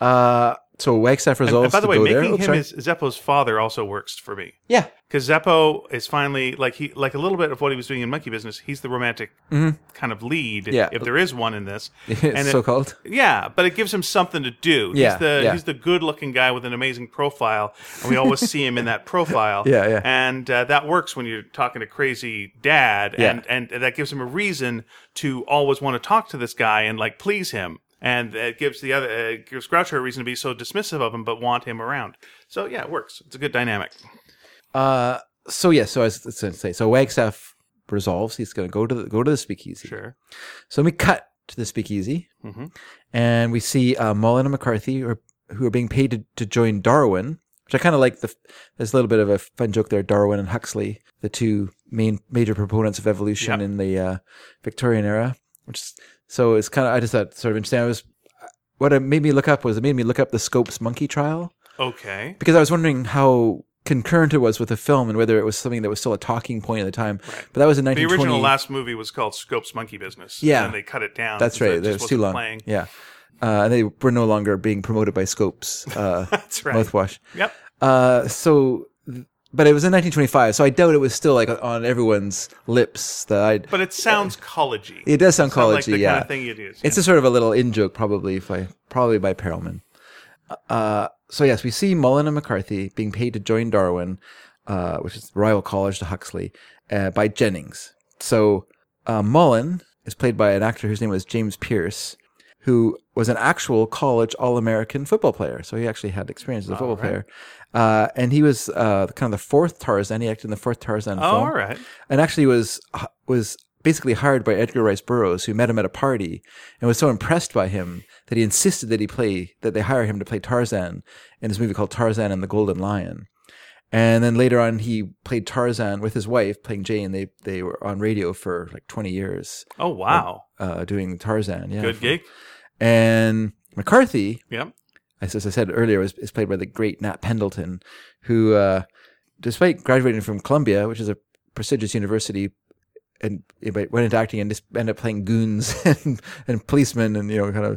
Uh, so Wagstaff resolves And by the to way, go making there. him Oops, sorry. his Zeppo's father also works for me. yeah, because Zeppo is finally like he like a little bit of what he was doing in Monkey Business. He's the romantic kind of lead, Mm-hmm. Yeah. if there is one in this. it's it- so called. Yeah, but it gives him something to do. Yeah, he's the yeah. he's the good-looking guy with an amazing profile, and we always see him in that profile. Yeah, yeah. and uh, that works when you're talking to crazy dad, Yeah. and and that gives him a reason to always want to talk to this guy and like please him, and it gives the other uh, gives Groucho a reason to be so dismissive of him but want him around. So yeah, it works. It's a good dynamic. Uh, so yeah, so I was, I was gonna say, so Wagstaff resolves he's going to go to the, go to the speakeasy. Sure. Mm-hmm. So we cut to the speakeasy, and we see uh, Mullen and McCarthy are who are being paid to, to join Darwin, which I kind of like. The there's a little bit of a fun joke there. Darwin and Huxley, the two main major proponents of evolution Yeah. in the uh, Victorian era, which is- so it's kind of I just thought sort of interesting. I was what it made me look up was it made me look up the Scopes monkey trial Okay. because I was wondering how concurrent it was with the film and whether it was something that was still a talking point at the time. Right. But that was in The original 1920. last movie was called Scope's Monkey Business. Yeah. And they cut it down. That's so right. It That was just too wasn't long. Playing. Yeah. Uh, and they were no longer being promoted by Scopes uh, That's right. mouthwash. Yep. Uh, so, but it was in 1925, so I doubt it was still like on everyone's lips. That I, But it sounds collegey. it does sound Sound like college, the yeah. kind of thing you'd use. It's a sort of a little in joke, probably if I probably by Perelman. Uh, so yes, we see Mullen and McCarthy being paid to join Darwin, uh, which is rival college to Huxley, uh, by Jennings. So uh, Mullen is played by an actor whose name was James Pierce, who was an actual college All-American football player. So he actually had experience as a football player, uh, and he was uh, kind of the fourth Tarzan. He acted in the fourth Tarzan oh, film all right. and actually was was basically hired by Edgar Rice Burroughs, who met him at a party and was so impressed by him that he insisted that he play that they hire him to play Tarzan in this movie called Tarzan and the Golden Lion. And then later on, he played Tarzan with his wife, playing Jane. They they were on radio for like twenty years, Oh, wow. uh, doing Tarzan. Yeah, Good gig. And McCarthy, Yep. as, as I said earlier, is, is played by the great Nat Pendleton, who, uh, despite graduating from Columbia, which is a prestigious university, and but went into acting and just ended up playing goons and, and policemen and you know kind of,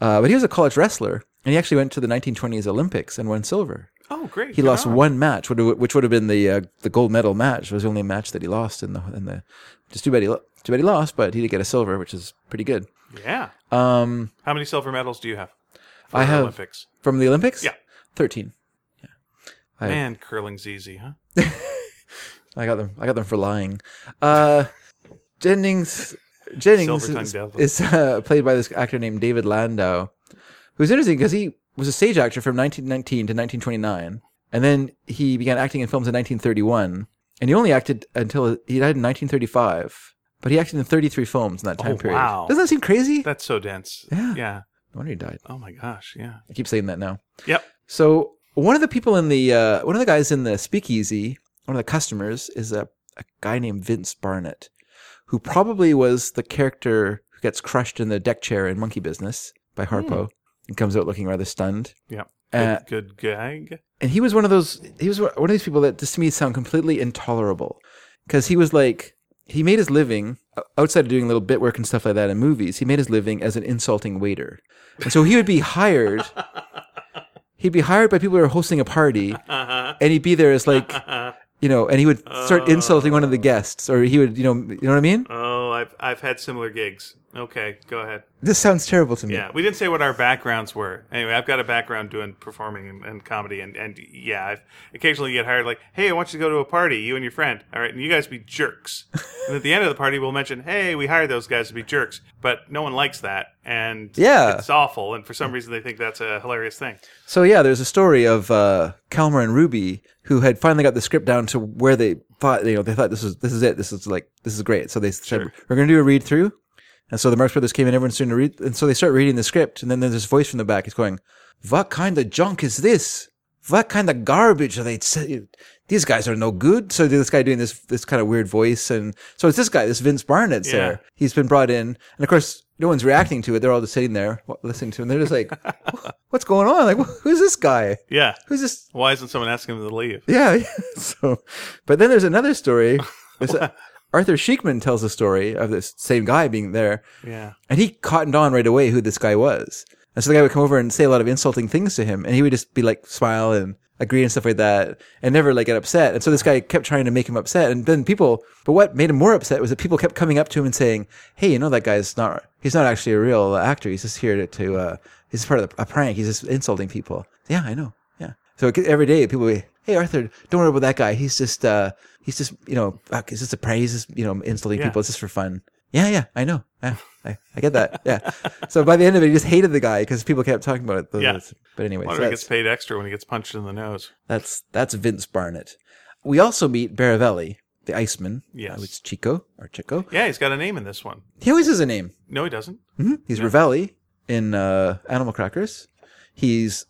uh, but he was a college wrestler and he actually went to the 1920s Olympics and won silver. Oh, great. He Good lost on. one match, which would- which would have been the uh, the gold medal match. It was the only match that he lost in the in the. Just too bad he lo- too bad he lost, but he did get a silver, which is pretty good. Yeah. Um, How many silver medals do you have? For I have- Olympics. from the Olympics, Yeah. thirteen. I- Man, curling's easy, huh? I got them. I got them for lying. Uh, Jennings Jennings Silver-tongued is, devil. is, uh, played by this actor named David Landau, who's interesting because he was a stage actor from 1919 to 1929, and then he began acting in films in 1931, and he only acted until he died in 1935. But he acted in 33 films in that time Oh, period. wow. Doesn't that seem crazy? That's so dense. Yeah. Yeah. no wonder he died. Oh my gosh. Yeah. I keep saying that now. Yep. So one of the people in the uh, one of the guys in the speakeasy, one of the customers, is a, a guy named Vince Barnett, who probably was the character who gets crushed in the deck chair in Monkey Business by Harpo and comes out looking rather stunned. Yep. Hmm. Good, Uh, good gag. and he was one of those. He was one of these people that, just to me, sound completely intolerable because he was like he made his living o- outside of doing little bit work and stuff like that in movies. He made his living as an insulting waiter, and so he would be hired. he'd be hired by people who are hosting a party, Uh-huh. and he'd be there as like Uh-huh. you know, and he would start insulting one of the guests, or he would you know you know what I mean. Oh, I've I've had similar gigs. Okay, go ahead. This sounds terrible to me. Yeah, we didn't say what our backgrounds were. Anyway, I've got a background doing performing and, and comedy, and and yeah, I've, occasionally you get hired like, hey, I want you to go to a party, you and your friend. All right, and you guys be jerks. and at the end of the party, we'll mention, hey, we hired those guys to be jerks, but no one likes that, and Yeah. it's awful. And for some reason, they think that's a hilarious thing. So yeah, there's a story of uh, Calmer and Ruby who had finally got the script down to where they thought you know they thought this was this is it this is like this is great. So they said we're going to do a read through, and so the Marx Brothers came in, everyone's doing a read, and so they start reading the script, and then there's this voice from the back, it's going, "What kind of junk is this? What kind of garbage are they? s- These guys are no good." So this guy doing this this kind of weird voice, and so it's this guy, this Vince Barnett's Yeah. there. He's been brought in, and of course. No one's reacting to it. They're all just sitting there wa- listening to him. They're just like, what's going on? Like, wh- who's this guy? Yeah, Who's this? why isn't someone asking them to leave? Yeah. yeah. So, but then there's another story. There's a- Arthur Sheikman tells a story of this same guy being there, Yeah, and he cottoned on right away who this guy was. And so the guy would come over and say a lot of insulting things to him, and he would just be like, smile and agree and stuff like that, and never like get upset. And so this guy kept trying to make him upset, and then people. But what made him more upset was that people kept coming up to him and saying, "Hey, you know that guy's not. He's not actually a real actor. He's just here to. to uh, he's part of the, a prank. He's just insulting people." Yeah, I know. Yeah. So it- every day people would be, hey Arthur, don't worry about that guy. He's just uh he's just you know fuck, is this a prank? He's just you know insulting Yeah. people. It's just for fun. Yeah, yeah, I know. Yeah, I, I get that. Yeah. so by the end of it, he just hated the guy because people kept talking about it. Yeah. But anyway, so wonder if he gets that's, paid extra when he gets punched in the nose. that's that's Vince Barnett. We also meet Baravelli, the Iceman. Yes. Uh, it's Chico or Chico. Yeah, he's got a name in this one. He always has a name. No, he doesn't. He's Ravelli in uh, Animal Crackers. He's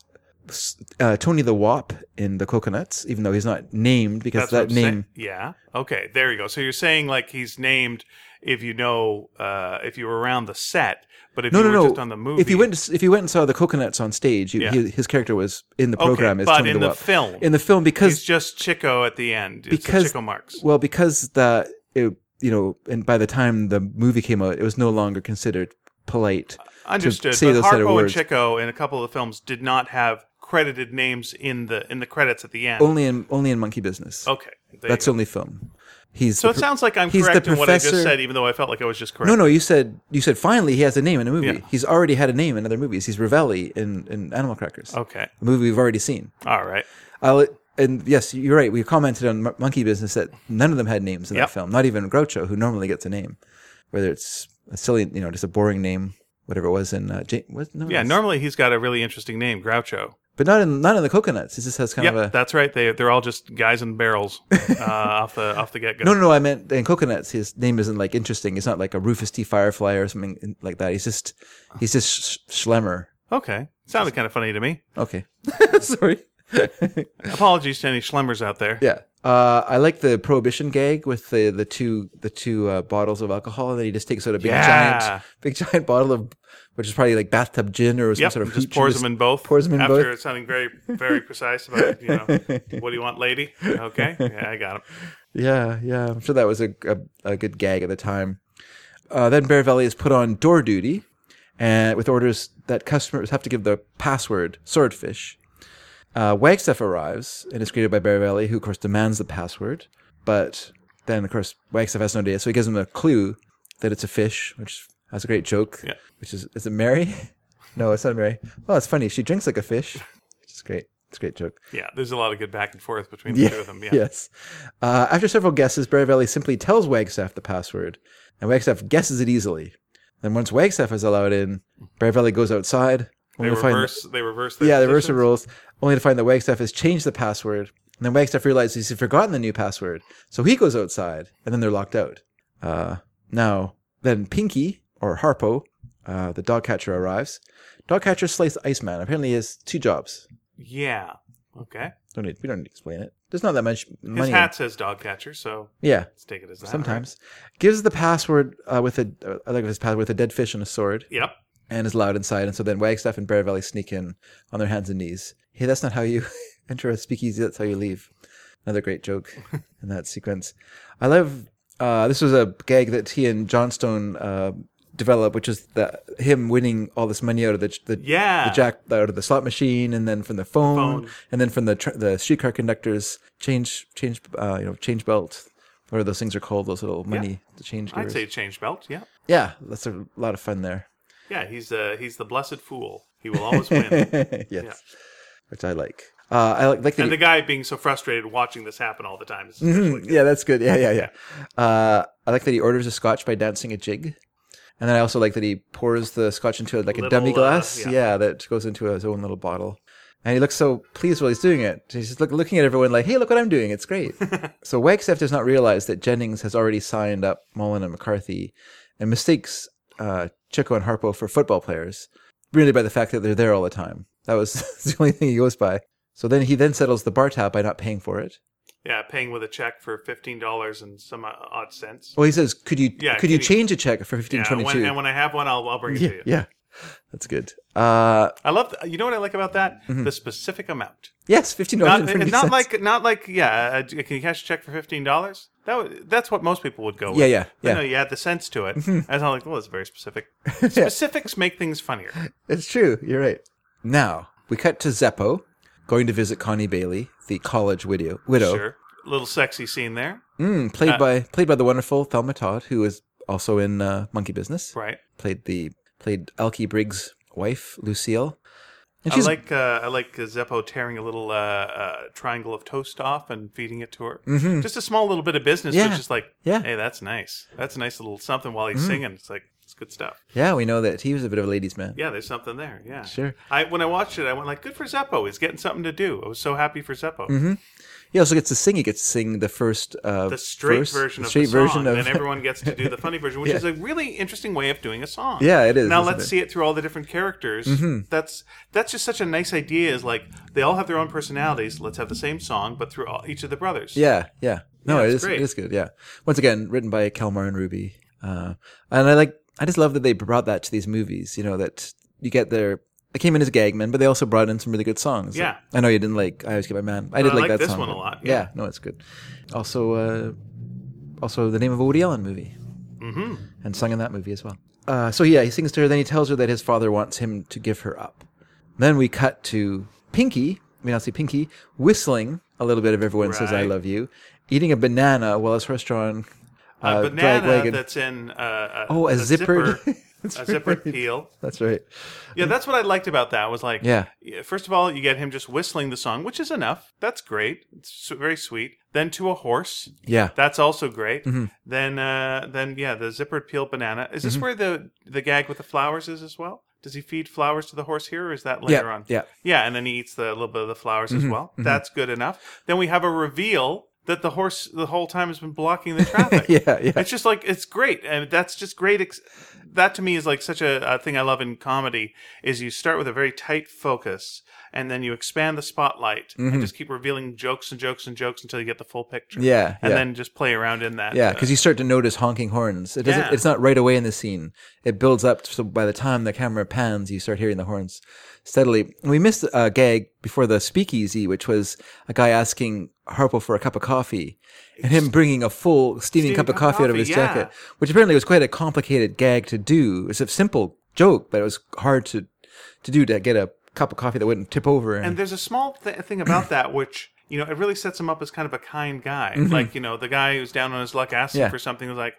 s- uh, Tony the Wop in The Coconuts, even though he's not named because That's what that I'm saying. name. Yeah. Okay. There you go. So you're saying like he's named if you know uh, if you were around the set, but if No, you no, were no. just on the movie, If you went, to, s- if you went and saw the coconuts on stage, you, Yeah. he, his character was in the okay, program as but Tony in the the Wop. film, in the film, he's because just Chico at the end. It's because because- Chico Marx. well, because the it, you know, and by the time the movie came out, it was no longer considered polite. Understood. say but those set Harpo of and words. Chico in a couple of the films did not have credited names in the in the credits at the end. Only in only in Monkey Business. okay. There you That's go. the only film. He's so the it pro- sounds like I'm he's the correct in what I just professor- said, even though I felt like I was just correct. No, no, you said you said finally he has a name in a movie. Yeah. He's already had a name in other movies. He's Ravelli in, in Animal Crackers, Okay. a movie we've already seen. All right. I'll, and yes, you're right. We commented on Mon- Monkey Business that none of them had names in Yep. that film. Not even Groucho, who normally gets a name, whether it's a silly, you know, just a boring name, whatever it was in uh, Jane. Was, no, Yeah. it's- Normally he's got a really interesting name, Groucho. but not in not in the Coconuts. He just has kind Yep, of a that's right. They they're all just guys in barrels uh, off the off the get go. no, no, no. I meant in Coconuts, his name isn't like interesting. It's not like a Rufus T. Firefly or something in- like that. He's just he's just sh- sh- Schlemmer. Okay, sounded kind of funny to me. Okay, sorry. Apologies to any schlemmers out there. Yeah. Uh, I like the prohibition gag with the the two the two uh, bottles of alcohol, and then he just takes out a big Yeah. giant big giant bottle of which is probably like bathtub gin or some Yep, sort of just hooch, pours and them in both. pours 'em in after both. it's sounding very very precise about you know what do you want, lady? Okay, yeah, I got him. Yeah, yeah. I'm sure that was a a, a good gag at the time. Uh, then Bear Valley is put on door duty, and with orders that customers have to give the password swordfish. Uh, Wagstaff arrives and is greeted by Bear Valley, who of course demands the password. But then, of course, Wagstaff has no idea, so he gives him a clue that it's a fish, which has a great joke. Yeah. Which is is it Mary? no, it's not Mary. Oh, it's funny. She drinks like a fish. Which is great. It's a great joke. Yeah, there's a lot of good back and forth between the two of them. Yeah. Yes. Uh, after several guesses, Baravelli simply tells Wagstaff the password, and Wagstaff guesses it easily. Then once Wagstaff is allowed in, Baravelli goes outside. They only to find- reverse. They reverse. Their yeah, they reverse positions. the rules, only to find that Wagstaff has changed the password. And then Wagstaff realizes he's forgotten the new password, so he goes outside, and then they're locked out. Uh, now, then Pinky or Harpo, uh, the dog catcher, arrives. Dog catcher slays Iceman. Apparently, he has two jobs. Yeah. Okay. Don't need, we don't need to explain it. There's not that much money. His in- hat says dog catcher, so Yeah. let's take it as that. right? sometimes gives the password uh, with a uh, I like his password with a dead fish and a sword Yep. and is loud inside and so then Wagstaff and Bear Valley sneak in on their hands and knees. Hey, that's not how you enter a speakeasy. That's how you leave. Another great joke in that sequence. I love uh, this was a gag that he and Johnstone uh, developed, which is the him winning all this money out of the the, Yeah. the jack out of the slot machine and then from the phone, Ah. phone. and then from the tr- the streetcar conductors change change uh, you know change belt whatever those things are called those little money change I'd givers. say change belt. Yeah. yeah that's a lot of fun there Yeah. He's uh he's the blessed fool. He will always win. yes which I like uh, I like like the, And the guy being so frustrated watching this happen all the time is especially Mm-hmm. yeah that's good yeah yeah yeah uh, I like that he orders a scotch by dancing a jig. And then I also like that he pours the scotch into like a Little, dummy uh, glass. yeah. yeah. that goes into his own little bottle. And he looks so pleased while he's doing it. He's just look, looking at everyone like, hey, look what I'm doing. It's great. so Wagstaff does not realize that Jennings has already signed up Mullen and McCarthy and mistakes uh, Chico and Harpo for football players, really by the fact that they're there all the time. That was the only thing he goes by. So then he then settles the bar tab by not paying for it. yeah, paying with a check for fifteen dollars and some uh, odd cents. Well, he says, could you Yeah, could can you you- change a check for fifteen Yeah, twenty two? when, and when I have one, I'll, I'll bring it yeah, to you. yeah. That's good. Uh, I love. The, you know what I like about that? Mm-hmm. The specific amount. yes, fifteen dollars. Not, it's not like not like yeah. Uh, can you cash a check for fifteen dollars? That would, that's what most people would go. with. Yeah, yeah, I yeah. Mm-hmm. know you add the sense to it. As I'm like, well, that's very specific. Specifics make things funnier. it's true. You're right. Now we cut to Zeppo going to visit Connie Bailey, the college widow. Widow, Sure. Uh, Little sexy scene there, Mm, played by played by the wonderful Thelma Todd, who is also in uh, Monkey Business. right? Played the played Elkie Briggs' wife, Lucille. And I she's like uh, I like uh, Zeppo tearing a little uh, uh, triangle of toast off and feeding it to her. Just a small little bit of business, Mm-hmm. Yeah. but just like, Yeah. Mm-hmm. hey, that's nice. That's a nice little something while he's singing. It's like, It's good stuff. Yeah, we know that he was a bit of a ladies' man. Yeah, there's something there. Yeah. Sure. I when I watched it, I went like, "Good for Zeppo. He's getting something to do." I was so happy for Zeppo. He also gets to sing. He gets to sing the first, uh, The straight verse- version of straight the song, version of- and everyone gets to do the funny version, which is a really interesting way of doing a song. Yeah, it is, Now isn't let's it? Mm-hmm. see it through all the different characters. That's that's just such a nice idea. Is like they all have their own personalities. Let's have the same song, but through all, each of the brothers. Yeah, yeah. No, Yeah, it it's is. great. It is good. Yeah. Once again, written by Kalmar and Ruby. Uh, and I like. I just love that they brought that to these movies. You know that you get their. They came in as gagmen, but they also brought in some really good songs. Yeah. I know you didn't like. I always get my man. I did I like, like that this song. one a lot, Yeah. yeah. No, it's good. Also, uh, also the name of a Woody Allen movie. Mm-hmm. And sung in that movie as well. Uh, so yeah, he sings to her. Then he tells her that his father wants him to give her up. Then we cut to Pinky. We now see Pinky whistling a little bit of everyone says I Right. love you, eating a banana while it's horse-drawn uh, a drag banana wagon. that's in uh, a, Oh, a zippered- zipper, a zippered peel. That's right. Yeah, that's what I liked about that. Was like, Yeah. First of all, you get him just whistling the song, which is enough. That's great. It's su- very sweet. Then to a horse. Yeah. Mm-hmm. That's also great. Then, uh, then yeah, the zippered peel banana. Is this where the the gag with the flowers is as well? Does he feed flowers to the horse here, or is that later Yeah, on? yeah. Mm-hmm, yeah. And then he eats the little bit of the flowers as well. That's good enough. Then we have a reveal that the horse the whole time has been blocking the traffic. Yeah, yeah. It's just like it's great, and that's just great. Ex- that to me is like such a, a thing I love in comedy is you start with a very tight focus, and then you expand the spotlight Mm-hmm. and just keep revealing jokes and jokes and jokes until you get the full picture. Yeah, and yeah. then just play around in that. Yeah, uh, because you start to notice honking horns. It doesn't. Yeah. It's not right away in the scene. It builds up. So by the time the camera pans, you start hearing the horns steadily. And we missed a gag before the speakeasy, which was a guy asking Harpo for a cup of coffee, and him bringing a full steaming cup of coffee, out of his yeah. jacket, which apparently was quite a complicated gag to do. It's a simple joke, but it was hard to to do to get a cup of coffee that wouldn't tip over. And, And there's a small th- thing about that which you know it really sets him up as kind of a kind guy. Like you know the guy who's down on his luck asking Mm-hmm. Yeah. Mm-hmm. for something was like,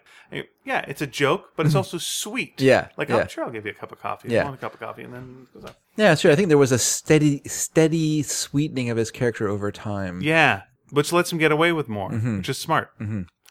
yeah, it's a joke, but it's also sweet. Yeah, like yeah. I'm sure I'll give you a cup of coffee. Yeah. I want a cup of coffee, and then it goes up. yeah, sure. I think there was a steady steady sweetening of his character over time. Yeah, which lets him get away with more, Mm-hmm. which is smart.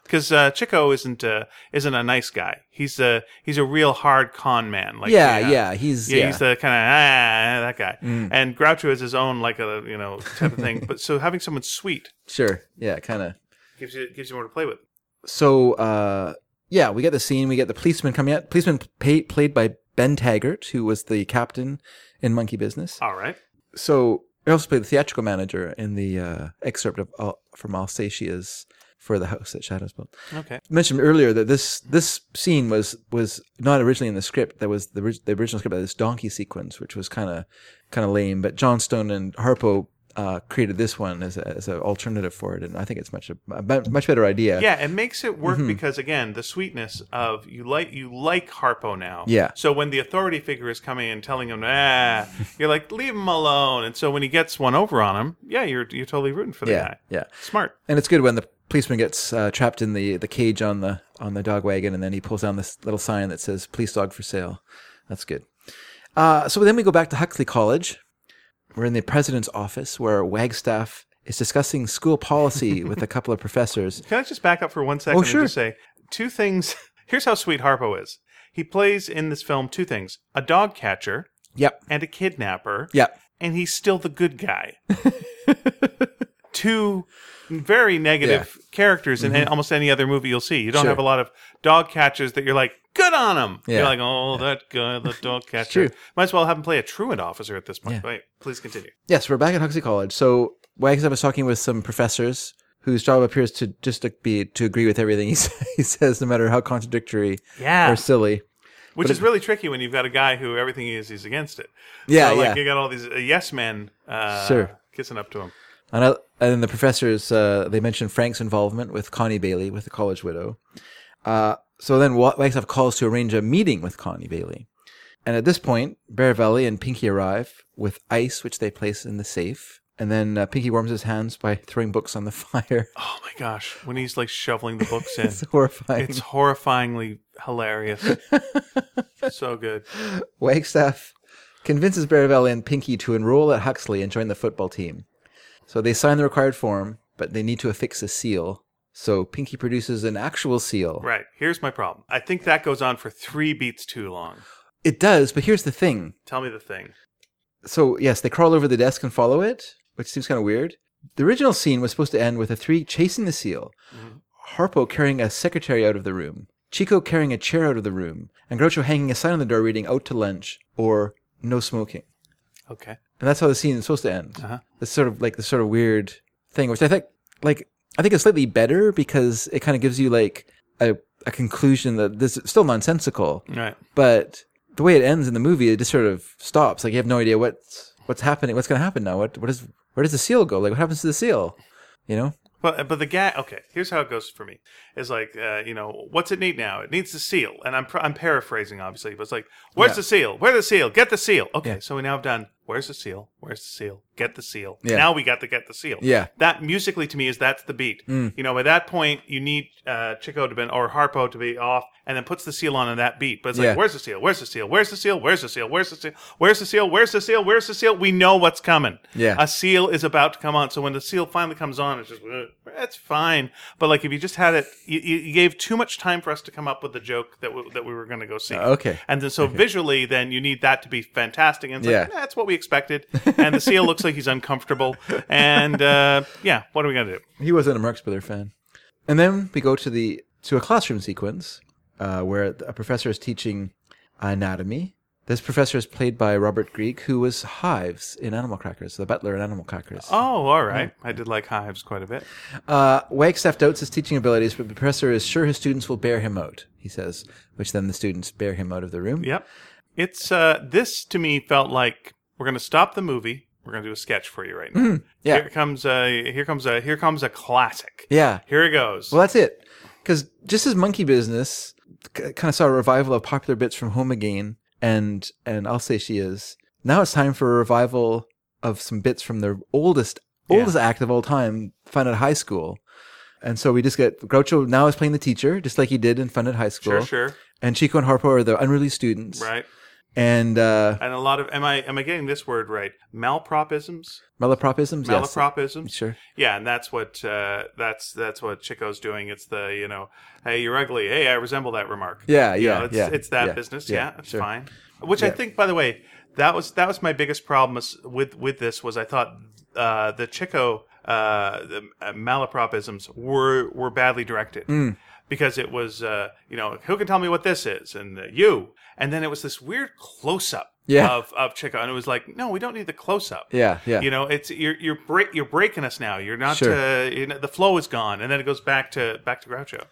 Because uh, Chico isn't uh, isn't a nice guy. He's a he's a real hard con man. Like Yeah, you yeah, know, he's Yeah, yeah. Mm. he's the kind of ah that guy. And Groucho is his own like a you know type of thing. but so having someone sweet Sure. Yeah, kind of. gives you gives you more to play with. So, uh, yeah, we get the scene. We get the policeman coming out. Policeman pay, played by Ben Taggart, who was the captain in Monkey Business. All right. So, I also played the theatrical manager in the uh, excerpt of Al- from Alsatia's for the house that Shadows built. Okay. mentioned earlier that this this scene was was not originally in the script. That was the, orig- the original script. That this donkey sequence, which was kind of kind of lame. But Johnstone and Harpo uh, created this one as a, as an alternative for it, and I think it's much a, a be- much better idea. Yeah, it makes it work Mm-hmm. because again, the sweetness of you like you like Harpo now. Yeah. So when the authority figure is coming and telling him, ah, you're like, leave him alone. And so when he gets one over on him, yeah, you're you're totally rooting for the yeah, guy. yeah. Smart. And it's good when the policeman gets uh, trapped in the the cage on the on the dog wagon, and then he pulls down this little sign that says "Police Dog for Sale." That's good. Uh, so then we go back to Huxley College. We're in the president's office where Wagstaff is discussing school policy with a couple of professors. Can I just back up for one second sure. and just say two things? Here's how sweet Harpo is. He plays in this film two things: a dog catcher Yep, and a kidnapper. yep, and he's still the good guy. Two very negative characters in almost any other movie you'll see. You don't Mm-hmm. Sure. have a lot of dog catchers that you're like, good on him. Yeah. You're like, oh, that guy, the dog catcher. true. Might as well have him play a truant officer at this point. Wait, please continue. yes. We're back at Huxley College. So Wagstaff is talking with some professors whose job appears to just to be to agree with everything he, sa- he says, no matter how contradictory Yeah. or silly. Which is really tricky when you've got a guy who everything he is, he's against it. Yeah, So, like, yeah. you got all these uh, yes men uh, Sure. kissing up to him. And, I, and then the professors, uh, they mentioned Frank's involvement with Connie Bailey, with the college widow. Uh, so then Wa- Wagstaff calls to arrange a meeting with Connie Bailey. And at this point, Bear Valley and Pinky arrive with ice, which they place in the safe. And then uh, Pinky warms his hands by throwing books on the fire. Oh my gosh. When he's like shoveling the books in, It's horrifying. it's horrifyingly hilarious. so good. Wagstaff convinces Baravelli and Pinky to enroll at Huxley and join the football team. So they sign the required form, but they need to affix a seal. So Pinky produces an actual seal. Right. Here's my problem. I think that goes on for three beats too long. It does, but here's the thing. Tell me the thing. So yes, they crawl over the desk and follow it, which seems kind of weird. The original scene was supposed to end with the three chasing the seal, Mhm. Harpo carrying a secretary out of the room, Chico carrying a chair out of the room, and Groucho hanging a sign on the door reading "Out to lunch" or "No smoking." Okay. And that's how the scene is supposed to end. Uh-huh. It's sort of like this sort of weird thing, which I think, like, I think it's slightly better because it kind of gives you like a, a conclusion that this is still nonsensical, Right. but the way it ends in the movie, it just sort of stops. Like you have no idea what's what's happening, what's going to happen now. What what is where does the seal go? Like what happens to the seal? You know? But but the guy. Okay. Here's how it goes for me. Is like uh, you know what's it need now? It needs the seal. And I'm pr- I'm paraphrasing obviously, but it's like where's Yeah. the seal? Where's the seal? Get the seal. Okay. Yeah. So we now have done. Where's the seal? Where's the seal? Get the seal. Yeah. Now we got to get the seal. Yeah. Mm. That musically to me is that's the beat. You know, by that point you need uh, Chico to be or Harpo to be off, and then puts the seal on in that beat. But it's Yeah. like, where's the seal? Where's the seal? Where's the seal? Where's the seal? Where's the seal? Where's the seal? Where's the seal? Where's the seal? We know what's coming. Yeah. A seal is about to come on. So when the seal finally comes on, it's just "Ugh, that's fine. But like if you just had it, you, you you gave too much time for us to come up with the joke that we, that we were going to go see. Uh, Okay. And then so visually, then you need that to be fantastic. And it's Yeah. like, "Nah, that's what we expected. And the seal looks like he's uncomfortable. And uh, yeah, what are we going to do? He wasn't a Marx Brother fan. And then we go to the to a classroom sequence uh, where a professor is teaching anatomy. This professor is played by Robert Greig, who was Hives in Animal Crackers, the butler in Animal Crackers. Oh, all right. I did like hives quite a bit. Uh, Wagstaff doubts his teaching abilities, but the professor is sure his students will bear him out, he says, which then the students bear him out of the room. Yep. It's uh, this to me felt like we're going to stop the movie. We're going to do a sketch for you right now. Mm-hmm. yeah. Here comes a here comes a here comes a classic. Yeah. Here it goes. Well, that's it. Because just as Monkey Business c- kind of saw a revival of popular bits from Home Again and, and I'll Say She Is, now it's time for a revival of some bits from their oldest, Yeah. oldest act of all time, Fun at High School. And so we just get Groucho now is playing the teacher, just like he did in Fun at High School. sure, sure. And Chico and Harpo are the unreleased students. Right. And uh, And a lot of am I am I getting this word right? Malpropisms? malapropisms. yes. Malapropisms? Sure. Yeah, and that's what uh, that's that's what Chico's doing. It's the, you know, hey, you're ugly. Hey, I resemble that remark. Yeah, You yeah, know, it's, yeah, it's that yeah, business. yeah, Yeah, it's sure. fine. Which I Yeah. think by the way, that was that was my biggest problem is- with with this was I thought uh, the Chico uh, the uh, malapropisms were were badly directed. Mm. Because it was, uh, you know, who can tell me what this is, and uh, you, and then it was this weird close up Yeah. of of Chico, and it was like, no, we don't need the close up. Yeah, yeah. You know, it's you're you're break you're breaking us now. You're not Sure. uh, you know, the flow is gone, and then it goes back to back to Groucho.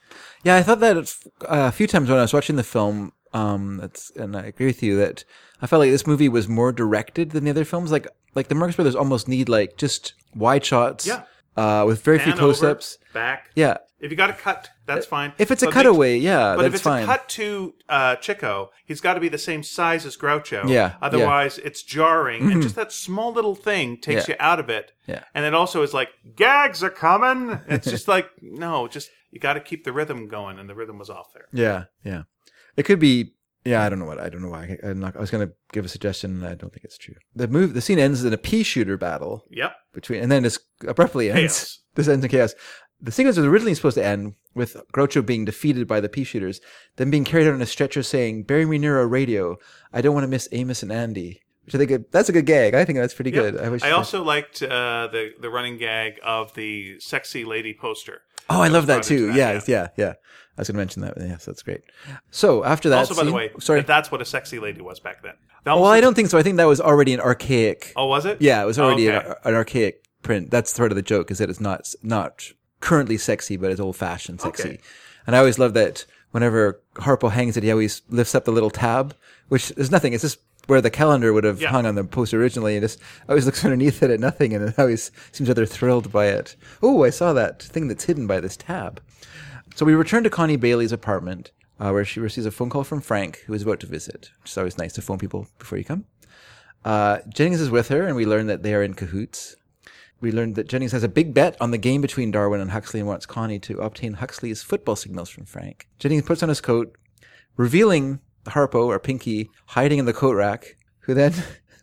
Yeah, I thought that uh, a few times when I was watching the film. Um, that's and I agree with you that I felt like this movie was more directed than the other films. Like, like the Marx Brothers almost need like just wide shots, Yeah. uh, with very few Pan over, close-ups. back. Yeah, If you got a cut, that's fine. Uh, if it's a But make- cutaway, yeah, but that's if it's fine. a cut to uh, Chico, he's got to be the same size as Groucho. Yeah, Otherwise, it's jarring, and just that small little thing takes Yeah. you out of it. Yeah. And it also is like gags are coming. It's just like no, just you got to keep the rhythm going, and the rhythm was off there. Yeah, yeah. It could be. Yeah, I don't know what. I don't know why. I, I'm not, I was going to give a suggestion, and I don't think it's true. The move, the scene ends in a pea shooter battle Yep. between, and then it's abruptly ends. Chaos. This ends in chaos. The sequence was originally supposed to end with Groucho being defeated by the pea shooters, then being carried out on a stretcher saying, "Bury me near a radio. I don't want to miss Amos and Andy." Which I think it- that's a good gag. I think that's pretty Yeah. good. I wish. I also liked uh, the the running gag of the sexy lady poster. oh, I love that too. that, yeah, yeah, yeah, I was going to mention that. Yes, that's great. So after that, also, by the scene- way, sorry. that that's what a sexy lady was back then. That well, was- I don't think so. I think that was already an archaic. Oh, was it? Yeah, it was already Okay. an, uh, an archaic print. That's part of the joke is that it's not not currently sexy, but it's old fashioned sexy. Okay. And I always love that whenever Harpo hangs it, he always lifts up the little tab, which is nothing. It's just where the calendar would have Yeah. hung on the post originally, and just always looks underneath it at nothing, and it always seems rather thrilled by it. Oh, I saw that thing that's hidden by this tab. So we return to Connie Bailey's apartment, uh, where she receives a phone call from Frank, who is about to visit. Which is always nice to phone people before you come. Uh, Jennings is with her, and we learn that they are in cahoots. We learn that Jennings has a big bet on the game between Darwin and Huxley and wants Connie to obtain Huxley's football signals from Frank. Jennings puts on his coat, revealing Harpo or Pinky hiding in the coat rack, who then,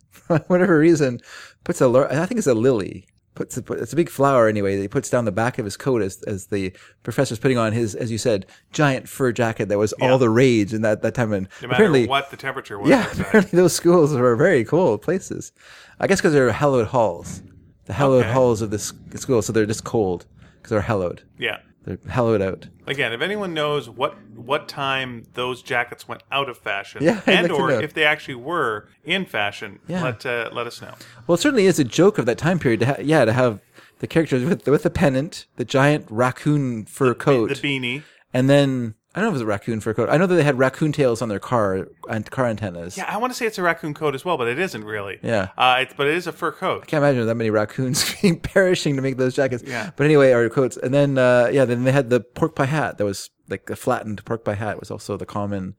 for whatever reason, puts a, lar- I think it's a lily, puts a, it's a big flower anyway that he puts down the back of his coat as as the professor's putting on his as you said giant fur jacket that was all the rage in that that time and No matter apparently what the temperature was. yeah outside. apparently those schools were very cold places I guess because they're hallowed halls the hallowed Okay. halls of this school so they're just cold because they're hallowed yeah. they're hallowed out Again, if anyone knows what what time those jackets went out of fashion, Yeah, I'd and like to or know. if they actually were in fashion, Yeah. let uh, let us know. Well, it certainly is a joke of that time period. To ha- yeah, to have the characters with with the pennant, the giant raccoon fur coat, The beanie. and then I don't know if it was a raccoon fur coat. I know that they had raccoon tails on their car and car antennas. Yeah, I want to say it's a raccoon coat as well, but it isn't really. Yeah. uh, it's, but it is a fur coat. Can't imagine that many raccoons being perishing to make those jackets. Yeah. But anyway, our coats, and then uh, yeah, then they had the pork pie hat that was like the flattened pork pie hat was also the common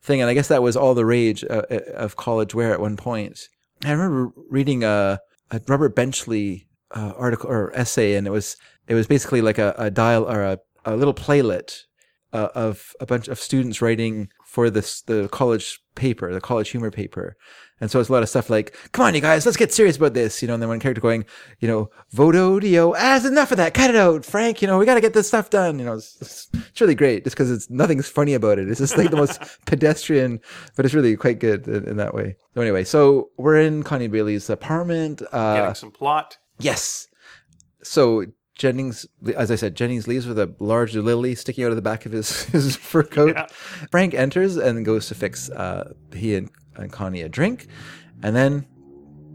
thing, and I guess that was all the rage uh, uh, of college wear at one point. I remember reading a, a Robert Benchley uh, article or essay, and it was it was basically like a, a dial or a, a little playlet uh, of a bunch of students writing for this the college paper, the college humor paper. And so it's a lot of stuff like, "Come on, you guys, let's get serious about this," you know. And then one character going, you know, "Voto dio, ah, it's enough of that. Cut it out, Frank. You know, we got to get this stuff done." You know, it's, it's, it's really great just because it's nothing's funny about it. It's just like the most pedestrian, but it's really quite good in, in that way. So anyway, so we're in Connie Bailey's apartment. Uh, Getting some plot. Yes. So Jennings, as I said, Jennings leaves with a large lily sticking out of the back of his, his fur coat. Yeah. Frank enters and goes to fix uh, he and, and Connie a drink. And then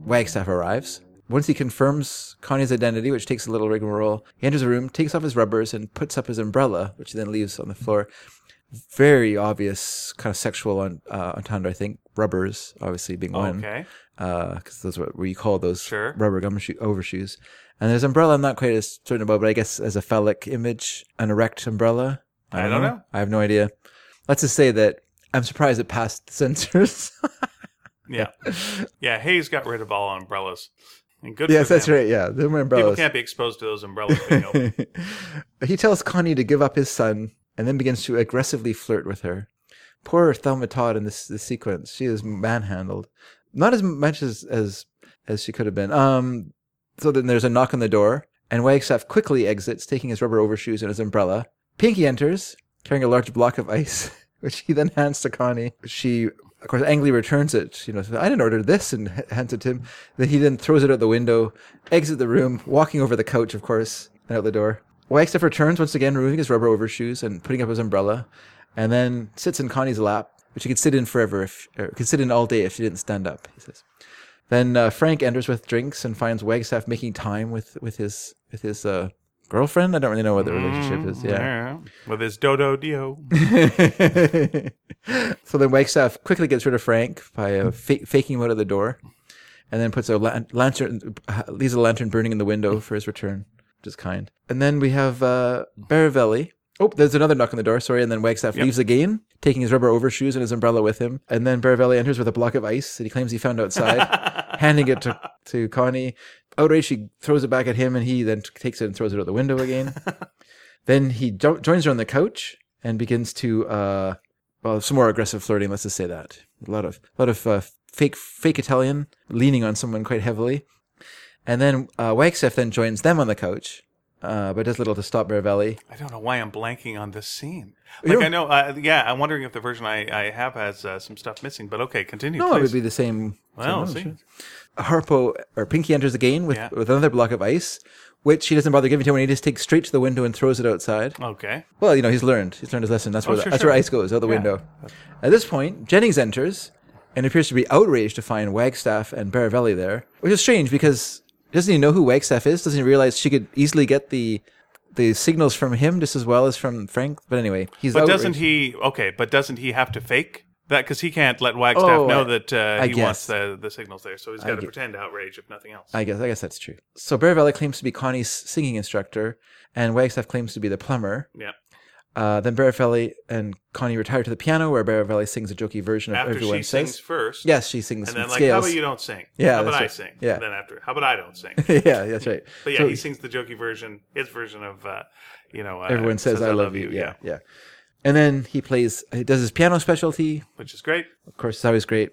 Wagstaff arrives. Once he confirms Connie's identity, which takes a little rigmarole, he enters the room, takes off his rubbers, and puts up his umbrella, which he then leaves on the floor. Very obvious kind of sexual on, uh, entendre, I think. Rubbers, obviously, being one Okay, because uh, those what we call those Sure. rubber gum shoe overshoes. And there's umbrella. I'm not quite as certain about, but I guess as a phallic image, an erect umbrella. I don't know. I have no idea. Let's just say that I'm surprised it passed the censors. yeah, yeah. Hayes got rid of all umbrellas, and good. yes, for that's them. right. Yeah, there were People umbrellas. can't be exposed to those umbrellas. being open. he tells Connie to give up his son and then begins to aggressively flirt with her. Poor Thelma Todd in this, this sequence. She is manhandled. Not as much as, as as she could have been. Um so then there's a knock on the door, and Wagstaff quickly exits, taking his rubber overshoes and his umbrella. Pinky enters, carrying a large block of ice, which he then hands to Connie. She of course angrily returns it, you know, I didn't order this and h- hands it to him. Then he then throws it out the window, exits the room, walking over the couch, of course, and out the door. Wagstaff returns once again, removing his rubber overshoes and putting up his umbrella, and then sits in Connie's lap, which he could sit in forever if or could sit in all day if she didn't stand up, he says. Then uh, Frank enters with drinks and finds Wagstaff making time with with his with his uh, girlfriend. I don't really know what the relationship is. Yeah. Yeah. With his dodo dio. so then Wagstaff quickly gets rid of Frank by uh, fa- faking him out of the door, and then puts a lan- lantern uh, leaves a lantern burning in the window for his return, which is kind. And then we have uh, Baravelli. Oh, there's another knock on the door. Sorry, and then Wagstaff leaves again, taking his rubber overshoes and his umbrella with him. And then Baravelli enters with a block of ice that he claims he found outside handing it to, to Connie. Outraged, she throws it back at him, and he then t- takes it and throws it out the window again. then he jo- joins her on the couch and begins to, uh, well, some more aggressive flirting. Let's just say that a lot of a lot of uh, fake fake Italian leaning on someone quite heavily, and then uh, Wagstaff then joins them on the couch, uh, but does little to stop Baravelli. I don't know why I'm blanking on this scene. You Like I know, uh, yeah. I'm wondering if the version I, I have has uh, some stuff missing. But okay, continue. No, Oh, it please. would be the same. Well, same see. ownership. Harpo or Pinky enters again with, Yeah. with another block of ice, which he doesn't bother giving to him. He just takes straight to the window and throws it outside. okay. Well, you know, he's learned. He's learned his lesson. That's where Oh, sure, that's sure. where ice goes out the window. At this point, Jennings enters and appears to be outraged to find Wagstaff and Baravelli there, which is strange because doesn't he know who Wagstaff is? Doesn't he realize she could easily get the the signals from him just as well as from Frank? But anyway, he's But outraged. doesn't he? Okay, but doesn't he have to fake that? Because he can't let Wagstaff Oh, know I- that uh, I he wants guess. the, the signals there, so he's got to get- pretend outrage if nothing else. I guess I guess that's true. So Baravelli claims to be Connie's singing instructor, and Wagstaff claims to be the plumber. yeah. Uh, then Baravelli and Connie retire to the piano, where Baravelli sings a jokey version of After "Everyone she Says." sings first, yes, she sings and then like, how scales. about you don't sing? Yeah, how about that's I right. sing? Yeah. Then after, how about I don't sing? yeah, that's right. But yeah, So- he sings the jokey version, his version of, uh, you know, uh, everyone says, I, love you. Yeah, yeah. And then he plays, he does his piano specialty. which is great. Of course, it's always great.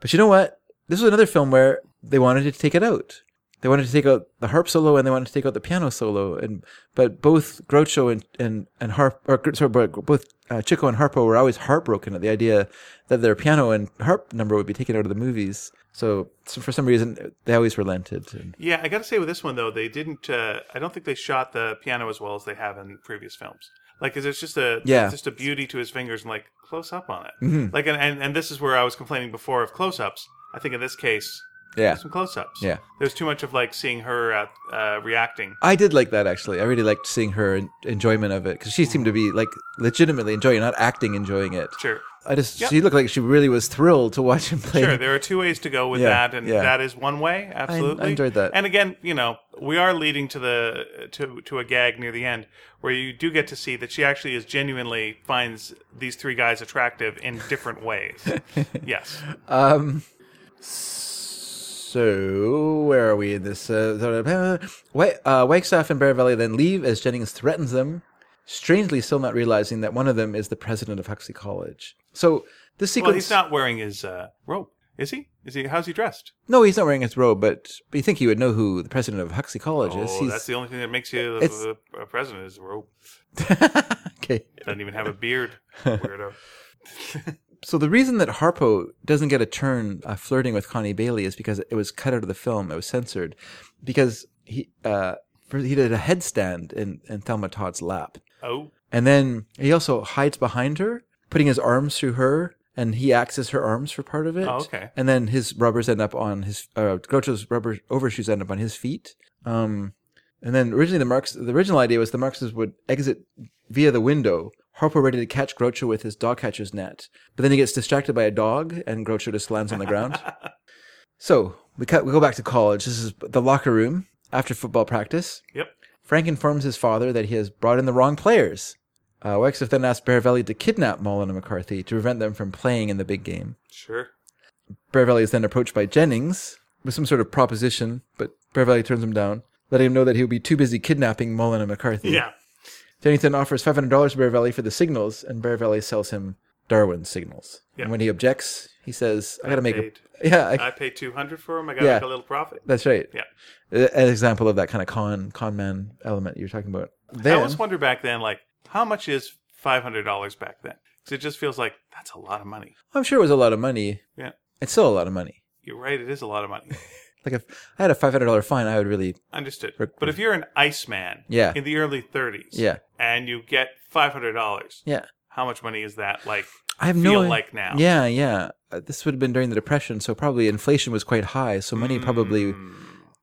But you know what? This was another film where they wanted to take it out. they wanted to take out the harp solo and they wanted to take out the piano solo, and but both Groucho and and and harp or gr- sorry, but both uh, Chico and Harpo were always heartbroken at the idea that their piano and harp number would be taken out of the movies. So, so for some reason, they always relented. And, Yeah, I got to say with this one though, they didn't. Uh, I don't think they shot the piano as well as they have in previous films. Like, 'cause there's just a Yeah. Mm-hmm. there's just a beauty to his fingers and like close up on it. Like, and, and and this is where I was complaining before of close ups. I think in this case, yeah, some close ups. Yeah. there's too much of like seeing her uh, uh, reacting. I did like that actually. I really liked seeing her en- enjoyment of it because she seemed to be like legitimately enjoying, it, not acting enjoying it. Sure. I just Yep. she looked like she really was thrilled to watch him play. Sure, there are two ways to go with Yeah, that, and yeah. that is one way. Absolutely, enjoyed that. And again, you know, we are leading to the to to a gag near the end where you do get to see that she actually is genuinely finds these three guys attractive in different ways. yes, Um, So where are we in this? Uh, Wa- uh, Wagstaff and Bear Valley then leave as Jennings threatens them. Strangely, still not realizing that one of them is the president of Huxley College. So this sequence. well, he's not wearing his uh, robe, is he? Is he? How's he dressed? No, he's not wearing his robe, but, but you think he would know who the president of Huxley College is? Oh, He's- that's the only thing that makes you It's- the, the president is a robe. okay. Doesn't even have a beard, weirdo. So the reason that Harpo doesn't get a turn uh, flirting with Connie Bailey is because it was cut out of the film. It was censored because he uh, for, he did a headstand in, in Thelma Todd's lap, Oh, and then he also hides behind her, putting his arms through her, and he acts as her arms for part of it. Oh, okay. And then his rubbers end up on his uh, Groucho's rubber overshoes end up on his feet. Um, and then originally the Marx, the original idea was the Marxists would exit via the window. Harpo ready to catch Groucho with his dog catcher's net, but then he gets distracted by a dog, and Groucho just lands on the ground. So we cut. We go back to college. This is the locker room after football practice. yep. Frank informs his father that he has brought in the wrong players. Uh, Wexler then asks Bearvelli to kidnap Mullen and McCarthy to prevent them from playing in the big game. Sure. Bearvelli is then approached by Jennings with some sort of proposition, but Bearvelli turns him down, letting him know that he will be too busy kidnapping Mullen and McCarthy. Yeah. Jennings then offers $500 to Bearvelli for the signals, and Bearvelli sells him Darwin's signals. Yeah. And when he objects, he says, I gotta make paid. a... Yeah, I, I paid two hundred for him. I got Yeah. like a little profit. that's right. Yeah. A- An example of that kind of con, con man element you're talking about. I Then, always wonder back then, like, how much is five hundred dollars back then? Because it just feels like that's a lot of money. I'm sure it was a lot of money. Yeah, It's still a lot of money. you're right. It is a lot of money. Like if I had a five hundred dollar fine, I would really Understood. But if you're an Iceman, Yeah. in the early '30s, Yeah. and you get five hundred dollars, yeah. how much money is that? Like, I have feel no like now. Yeah, yeah. Uh, This would have been during the depression, so probably inflation was quite high. So money probably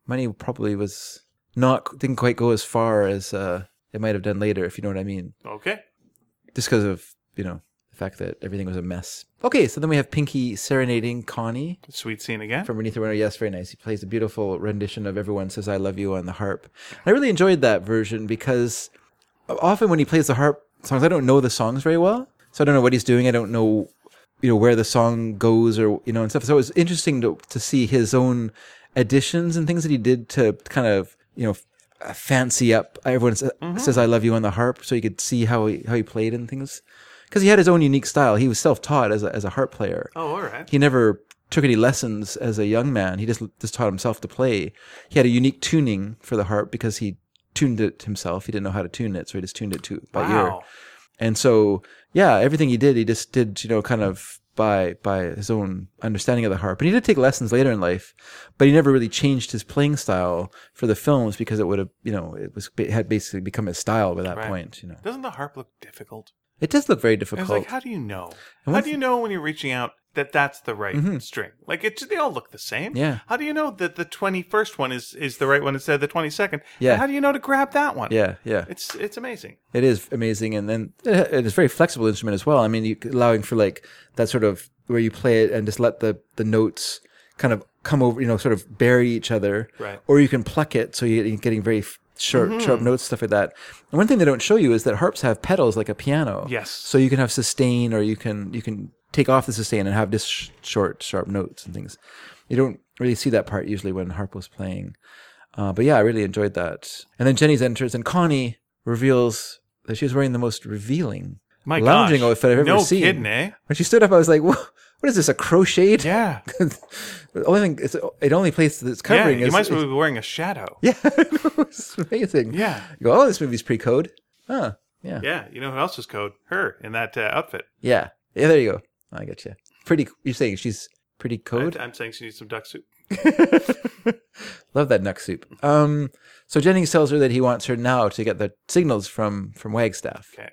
money probably was not didn't quite go as far as uh, it might have done later, if you know what I mean. okay, Just because of you know the fact that everything was a mess. Okay, so then we have Pinky serenading Connie. sweet scene again. from Beneath the Winter. Yes, very nice. He plays a beautiful rendition of Everyone Says I Love You on the harp. I really enjoyed that version because often when he plays the harp songs, I don't know the songs very well. So I don't know what he's doing. I don't know, you know, where the song goes or, you know, and stuff. So it was interesting to, to see his own additions and things that he did to kind of, you know, f- fancy up Everyone Sa- Says I Love You on the harp so you could see how he, how he played and things. Because he had his own unique style. He was self-taught as a, as a harp player oh, all right. he never took any lessons as a young man. He just just taught himself to play. He had a unique tuning for the harp because he tuned it himself. He didn't know how to tune it, so he just tuned it to by ear. wow. And so, yeah, everything he did, he just did, you know, kind of by by his own understanding of the harp. And he did take lessons later in life, but he never really changed his playing style for the films because it would have, you know, it was it had basically become his style by that Right. point. You know, Doesn't the harp look difficult? it does look very I difficult. was like, how do you know? How what's- Mm-hmm. do you know when you're reaching out that that's the right string? Like, it, they all look the same. Yeah. How do you know that the 21st one is, is the right one instead of the 22nd? And Yeah. how do you know to grab that one? yeah, yeah. It's it's amazing. It is amazing, and then it's a very flexible instrument as well. I mean, you, allowing for like that sort of where you play it and just let the the notes kind of come over, you know, sort of bury each other, Right. Mm-hmm. Or you can pluck it, so you're getting very f- sharp, sharp notes, stuff like that. And one thing they don't show you is that harps have pedals like a piano, Yes. So you can have sustain, or you can you can take off the sustain and have just sh- short, sharp notes and things. You don't really see that part usually when harp was playing. Uh, but yeah, I really enjoyed that. And then Jenny's enters, and Connie reveals that she was wearing the most revealing My lounging gosh. outfit I've ever no seen. kidding, eh? When she stood up, I was like, "Wha- "What What is this? A crocheted? Yeah. The only thing it's, it only place that it's covering yeah, you is might as well be wearing a shadow. yeah, it's amazing. Yeah. you go. Oh, this movie's pre-code. Huh. Yeah. yeah, Yeah, you know who else is code? Her in that uh, outfit. yeah, There you go. I get you. Pretty. You're saying she's pretty code. I, am saying she needs some duck soup. Love that nuck soup. Um, so Jennings tells her that he wants her now to get the signals from from Wagstaff. Okay.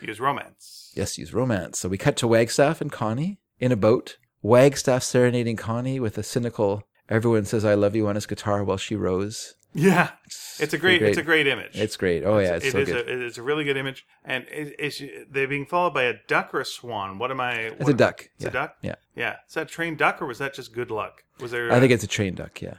Use romance. Yes, use romance. So we cut to Wagstaff and Connie in a boat. Wagstaff serenading Connie with a cynical "Everyone says I love you" on his guitar while she rows. Yeah. It's a great, It's a great image. It's great. Oh yeah, it's It so is good. a, it is a really good image, and it, it's, they're being followed by a duck or a swan. What am I? it's a duck. It's yeah. a duck. Yeah. Yeah, is that a trained duck or was that just good luck? Was there? I think it's a train duck. Yeah.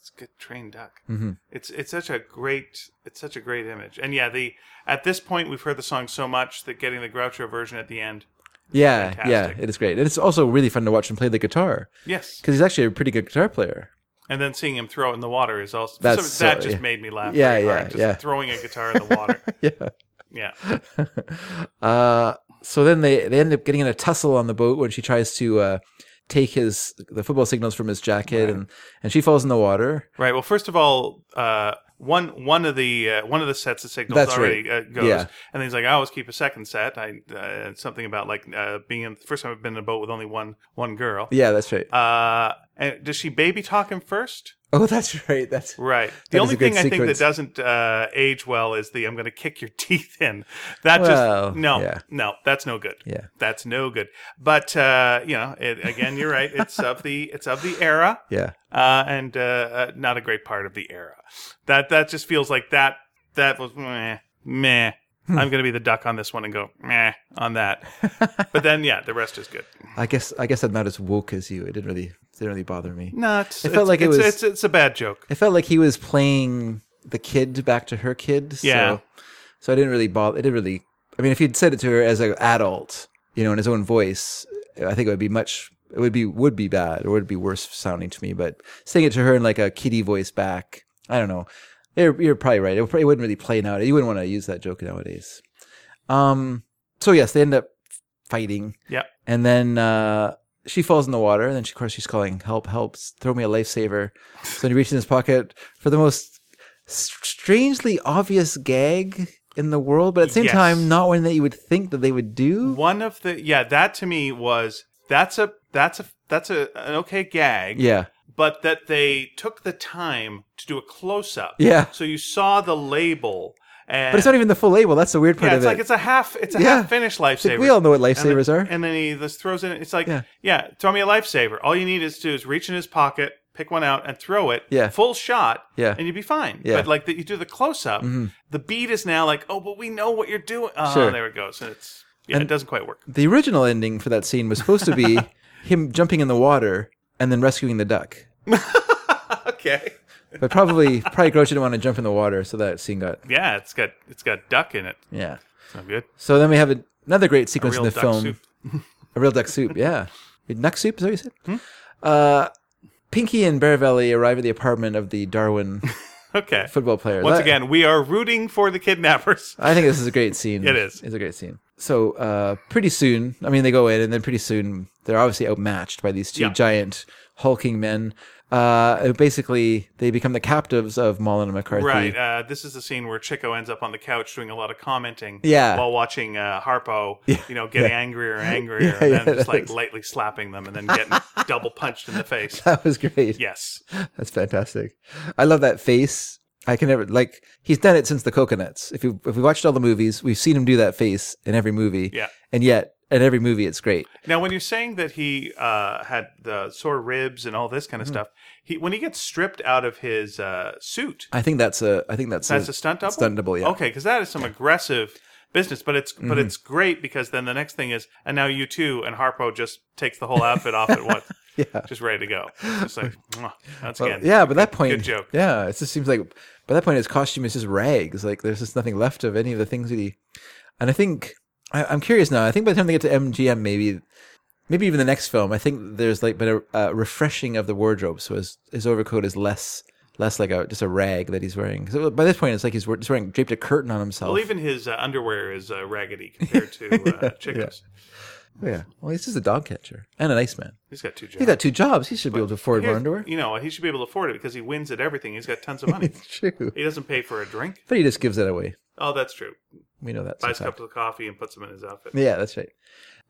it's a good trained duck. hmm It's it's such a great it's such a great image, and yeah, the at this point we've heard the song so much that getting the Groucho version at the end. Yeah. Fantastic. Yeah. It is great, and it's also really fun to watch him play the guitar Yes, because he's actually a pretty good guitar player. and then seeing him throw it in the water is also That's so- that so- just yeah. made me laugh. Yeah, very yeah, hard, just yeah. Throwing a guitar in the water. Yeah. yeah, uh, so then they, they end up getting in a tussle on the boat when she tries to uh, take his the football signals from his jacket and, and she falls in the water. right. Well, first of all, uh, one one of the uh, one of the sets of signals That's already uh, goes, Yeah. and he's like, I always keep a second set. I uh, something about like uh, being in, first time I've been in a boat with only one one girl. Yeah, that's right. Uh, and does she baby talk him first? Oh, that's right. That's Right. That The is only a good thing I think that sequence. doesn't uh, age well is the "I'm going to kick your teeth in." That Well, just no, yeah. no, that's no good. Yeah. that's no good. But uh, you know, it, again, you're right. It's of the it's of the era, yeah. uh, and uh, uh, not a great part of the era. That that just feels like that that was meh meh. Hmm. I'm going to be the duck on this one and go meh on that. but then yeah, the rest is good. I guess I guess I'm not as woke as you. It didn't really it didn't really bother me. No, it's, It it's- felt like it it's- was- it's it's a bad joke. It felt like he was playing the kid back to her kid. Yeah. So, so I didn't really bother. It didn't really. I mean, if he'd said it to her as an adult, you know, in his own voice, I think it would be much. It would be would be bad, or would be worse sounding to me. But saying it to her in like a kiddie voice back, I don't know. You're, you're probably right. It, would- it wouldn't really play nowadays. You wouldn't want to use that joke nowadays. Um. So yes, they end up fighting. Yep. And then uh, she falls in the water. And then, she, of course, she's calling, help, help, s- throw me a lifesaver. So he reaches in his pocket for the most s- strangely obvious gag in the world, but at the same Yes. time, not one that you would think that they would do. one of the yeah that to me was that's a that's a that's a an okay gag Yeah. but that they took the time to do a close up Yeah. so you saw the label and But it's not even the full label. That's the weird part yeah, of it's it. like it's a half it's a Yeah. half finished lifesaver we all know what and lifesavers then, are. and then he just throws in it's like yeah. Yeah. throw me a lifesaver all you need is to is reach in his pocket pick one out and throw it Yeah. full shot Yeah. and you'd be fine Yeah. Mm-hmm. but like that you do the close up the beat is now like oh but we know what you're doing oh Sure. there it goes and it's yeah it doesn't quite work the original ending for that scene was supposed to be him jumping in the water and then rescuing the duck. okay But probably, probably Groucho didn't want to jump in the water, so that scene got, Yeah, it's got it's got duck in it. yeah. It's not good. So then we have a, another great sequence Real in the duck film. soup. A real duck soup, yeah. Duck soup, is that what you said? Hmm? Uh, Pinky and Bear Valley arrive at the apartment of the Darwin Okay. football player. Once That- again, we are rooting for the kidnappers. I think this is a great scene. It is. It's a great scene. So uh, pretty soon, I mean, they go in, and then pretty soon they're obviously outmatched by these two Yeah. giant hulking men. Uh, and basically, they become the captives of Mullen and McCarthy. Right. Uh, this is the scene where Chico ends up on the couch doing a lot of commenting Yeah. while watching uh, Harpo, you know, getting angrier and angrier Yeah, and yeah, then just like that's- lightly slapping them and then getting double punched in the face. That was great. Yes. That's fantastic. I love that face. I can never like he's done it since the coconuts. If you if we watched all the movies, we've seen him do that face in every movie. Yeah. And yet in every movie it's great. Now, when you're saying that he uh, had the sore ribs and all this kind of Mm-hmm. stuff, he when he gets stripped out of his uh, suit, I think that's a I think that's, That's a stunt double. Stunt double, yeah. Mm-hmm. Okay, because that is some aggressive business, but it's but it's great because then the next thing is, and now you too, and Harpo just takes the whole outfit off at once. Yeah. just ready to go. Just like mwah. that's Well, good. yeah, but that point good joke. Yeah, it just seems like by that point his costume is just rags. Like there's just nothing left of any of the things that he and I think I, I'm curious now. I think by the time they get to MGM maybe maybe even the next film, I think there's like been a, a refreshing of the wardrobe. So his his overcoat is less less like a just a rag that he's wearing. So by this point, it's like he's wearing, he's wearing draped a curtain on himself. Well, even his uh, underwear is uh, raggedy compared to uh, Chico's. Yeah. Well, he's just a dog catcher and an iceman. He's got two jobs. He's got two jobs. He should be able to afford more Here's- underwear. You know, he should be able to afford it because he wins at everything. He's got tons of money. True. he doesn't pay for a drink. But he just gives it away. Oh, that's true. We know that. Buys sometimes. cups of coffee and puts them in his outfit. Yeah, that's right.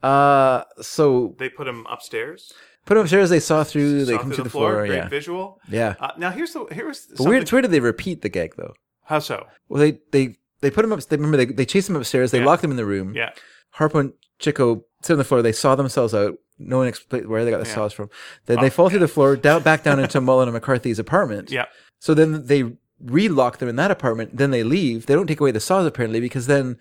Uh, so They put him upstairs. put them upstairs. They saw through. They saw come through to the, floor. Great yeah, visual. yeah. Uh, now here's the here's But something. weird. It's weird that they repeat the gag though. How so? Well, they they they put them up. They remember they they chase them upstairs. They Yeah. lock them in the room. Yeah, Harpo and Chico sit on the floor. They saw themselves out. No one explained where they got the Yeah. Oh, saws from. Then they fall through the floor, down, back down into Mullen and McCarthy's apartment. yeah. So then they relock them in that apartment. Then they leave. They don't take away the saws apparently because then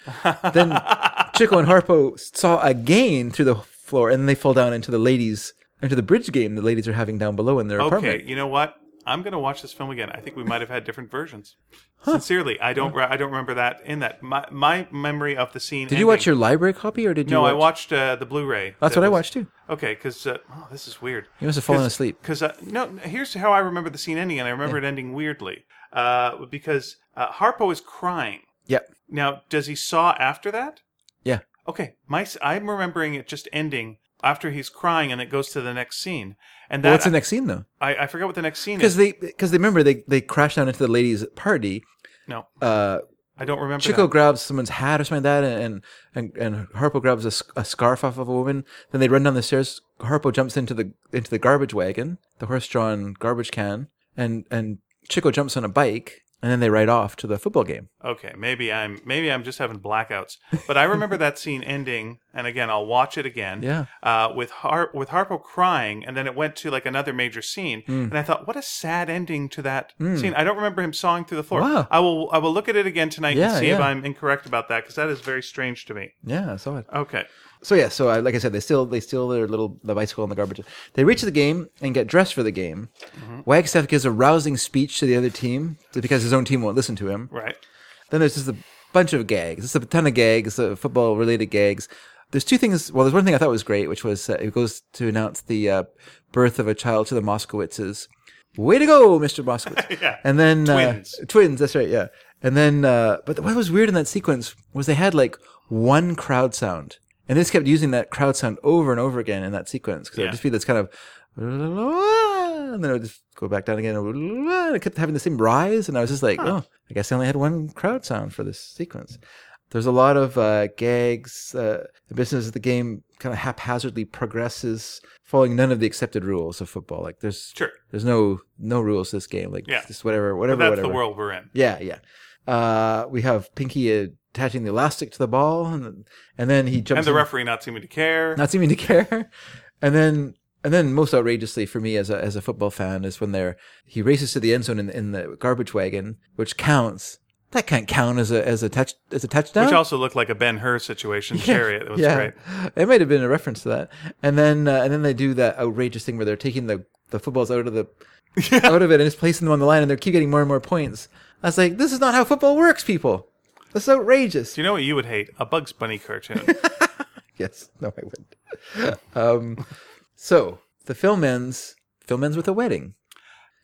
then Chico and Harpo saw again through the floor, and then they fall down into the ladies into the bridge game the ladies are having down below in their Okay, apartment. you know what? I'm gonna watch this film again. I think we might have had different versions. Sincerely, I don't. re- I don't remember that in that. My my memory of the scene. Did you watch your library copy or did you? No, watch- I watched uh, the Blu-ray. That's that what I was- watched too. Okay, because uh, oh, this is weird. You must have fallen asleep. Because uh, no, here's how I remember the scene ending, and I remember it ending weirdly. Uh, because uh, Harpo is crying. Yep. Now, does he saw after that? Yeah. Okay, my s- I'm remembering it just ending after he's crying, and it goes to the next scene. And Well, what's that's the next scene though? I, I forget what the next scene Because is. they because they remember they they crash down into the ladies' party. No, Uh, I don't remember. Chico that. grabs someone's hat or something like that, and and and, and Harpo grabs a, sc- a scarf off of a woman. Then they run down the stairs. Harpo jumps into the into the garbage wagon, the horse-drawn garbage can, and and Chico jumps on a bike, and then they ride off to the football game. Okay, maybe I'm maybe I'm just having blackouts, but I remember that scene ending, and again I'll watch it again. Yeah. Uh, with Har- with Harpo crying, and then it went to like another major scene, Mm. and I thought, what a sad ending to that scene. I don't remember him sawing through the floor. Wow. I will I will look at it again tonight Yeah, and see if yeah. I'm incorrect about that because that is very strange to me. Yeah, I saw it. Okay. So yeah, so I, like I said, they steal they steal their little the bicycle and the garbage. They reach the game and get dressed for the game. Wagstaff gives a rousing speech to the other team because his own team won't listen to him. Right. Then there's just a bunch of gags. It's a ton of gags, uh, football related gags. There's two things. Well, there's one thing I thought was great, which was uh, it goes to announce the uh, birth of a child to the Moskowitzes. Way to go, Mr. Moskowitz. Yeah. And then Twins. Uh, twins. That's right. Yeah. And then, uh, but what was weird in that sequence was they had like one crowd sound, and they just kept using that crowd sound over and over again in that sequence because it Yeah. would just be this kind of, and then it would just go back down again, and it kept having the same rise, and I was just like, oh, I guess I only had one crowd sound for this sequence. There's a lot of uh, gags. Uh, the business of the game kind of haphazardly progresses, following none of the accepted rules of football. Like there's Sure. there's no no rules to this game. Like Yeah. just whatever, whatever, But that's whatever. the world we're in. Yeah, yeah. Uh, we have Pinky attaching the elastic to the ball, and and then he jumps. And the in, referee not seeming to care. not seeming to care, and then and then most outrageously for me as a as a football fan is when they're he races to the end zone in, in the garbage wagon, which counts. That can't count as a as a touch as a touchdown. Which also looked like a Ben Hur situation chariot. It was great. It might have been a reference to that. And then uh, and then they do that outrageous thing where they're taking the the footballs out of the out of it and just placing them on the line and they keep getting more and more points. I was like, this is not how football works, people. That's outrageous. Do you know what you would hate? A Bugs Bunny cartoon. Yes. No, I wouldn't. um, so the film ends film ends with a wedding.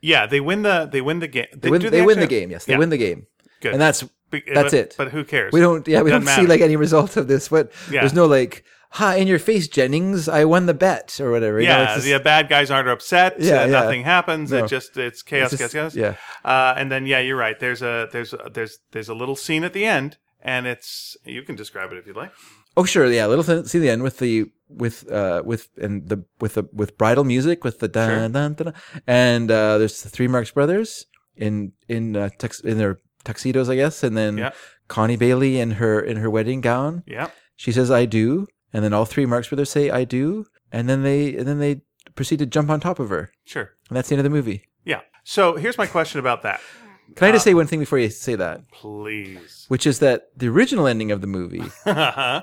yeah, they win the they win the game. They win, do they win the actually- game, yes. They Yeah. win the game. Good. And that's Be- that's but- it. But who cares? we don't yeah, we Doesn't don't matter. see like any result of this. What Yeah. there's no like, ha, in your face, Jennings, I won the bet or whatever. You know, yeah, it's just- the bad guys aren't upset. Yeah, uh, yeah. nothing happens. No. It just it's chaos, It's just- chaos, chaos. yeah. Uh, and then yeah, you're right. There's a there's a, there's there's a little scene at the end, and it's you can describe it if you'd like. Oh sure, yeah. Little Th- see the end with the with uh with and the with the with bridal music with the dun Sure. dun, dun, dun. and uh there's the three Marx brothers in in uh, tux- in their tuxedos, I guess, and then Yeah. Connie Bailey in her in her wedding gown. Yeah. She says, "I do," and then all three Marx brothers say, "I do," and then they and then they proceed to jump on top of her, Sure. and that's the end of the movie. Yeah. So here's my question about that. Can I Uh, just say one thing before you say that, Please. Uh-huh. which is that the original ending of the movie okay.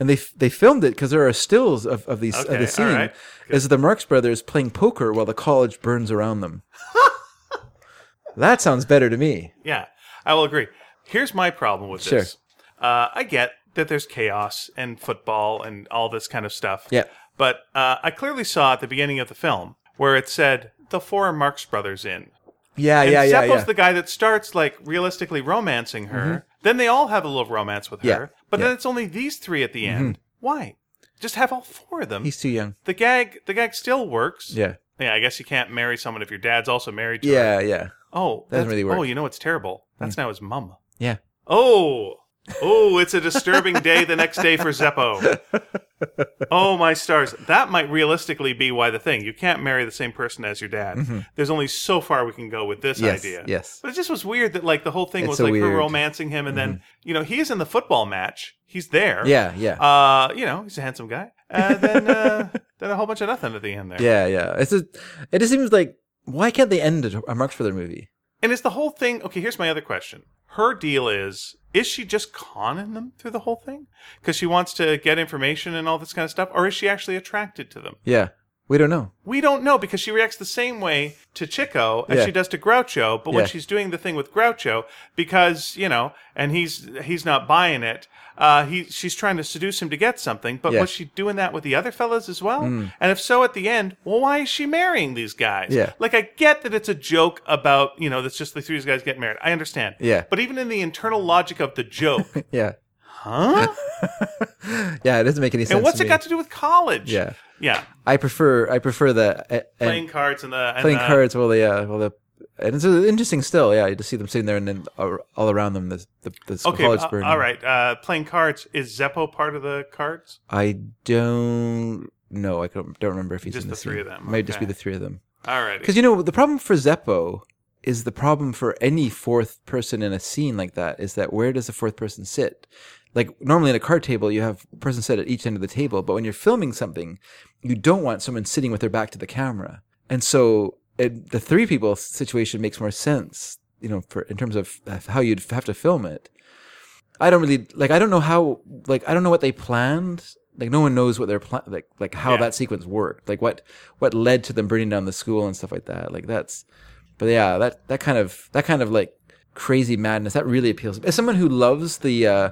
and they they filmed it because there are stills of of these Okay, of the scene all right. is the Marx brothers playing poker while the college burns around them. that sounds better to me. Yeah, I will agree. Here's my problem with Sure. this. Uh, I get that there's chaos and football and all this kind of stuff. Yeah. But uh, I clearly saw at the beginning of the film where it said the four Marx brothers in. Yeah, And yeah, yeah, Seppo's yeah. Mm-hmm. the guy that starts like realistically romancing her. Then they all have a little romance with her. Yeah, But yeah. then it's only these three at the end. Why? Just have all four of them. He's too young. the gag, the gag still works. Yeah. Yeah, I guess you can't marry someone if your dad's also married to her. Yeah, yeah. Oh, Doesn't really work. Mm. Oh, you know it's terrible. That's now his mum. Yeah. Oh, oh, it's a disturbing day the next day for Zeppo. Oh my stars! That might realistically be why the thing you can't marry the same person as your dad. There's only so far we can go with this Mm-hmm. Yes. idea. Yes. But it just was weird that like the whole thing It's was so like her weird. Mm-hmm. romancing him, and then you know he's in the football match. He's there. Yeah, yeah. Uh, you know he's a handsome guy. And then uh, then a whole bunch of nothing at the end there. yeah, yeah. It's a, it just seems like why can't they end a a Marx Brother movie? And is the whole thing okay? Here's my other question. Her deal is: is she just conning them through the whole thing because she wants to get information and all this kind of stuff, or is she actually attracted to them? Yeah. We don't know. We don't know because she reacts the same way to Chico as Yeah. she does to Groucho. But when Yeah. she's doing the thing with Groucho, because you know, and he's he's not buying it. Uh, he she's trying to seduce him to get something, but Yeah. Mm. was she doing that with the other fellas as well? And if so, at the end, well, why is she marrying these guys? Yeah. like I get that it's a joke about you know that's just the three guys getting married. I understand. Yeah. but even in the internal logic of the joke, Yeah. huh? Yeah, it doesn't make any sense. and what's to it me. got to do with college? Yeah. yeah, I prefer I prefer the and playing cards and the and playing the- cards while the uh, while the and it's uh, interesting still. Yeah, you just see them sitting there and then all all around them the the, the school Okay, college uh, burn. all right. Uh, playing cards is Zeppo part of the cards? I don't know. I don't, don't remember if he's Just in the scene. three of them, Might just be okay. the three of them. All right. Because you know the problem for Zeppo is the problem for any fourth person in a scene like that is that where does the fourth person sit? Like normally in a card table, you have a person sit at each end of the table, but when you're filming something, you don't want someone sitting with their back to the camera, and so it, the three people situation makes more sense. You know, for in terms of uh, how you'd have to film it. I don't really like. I don't know how. Like I don't know what they planned. Like no one knows what their plan. Like like how Yeah. that sequence worked. Like what what led to them burning down the school and stuff like that. Like that's. But yeah, that that kind of that kind of like crazy madness that really appeals. As someone who loves the, uh,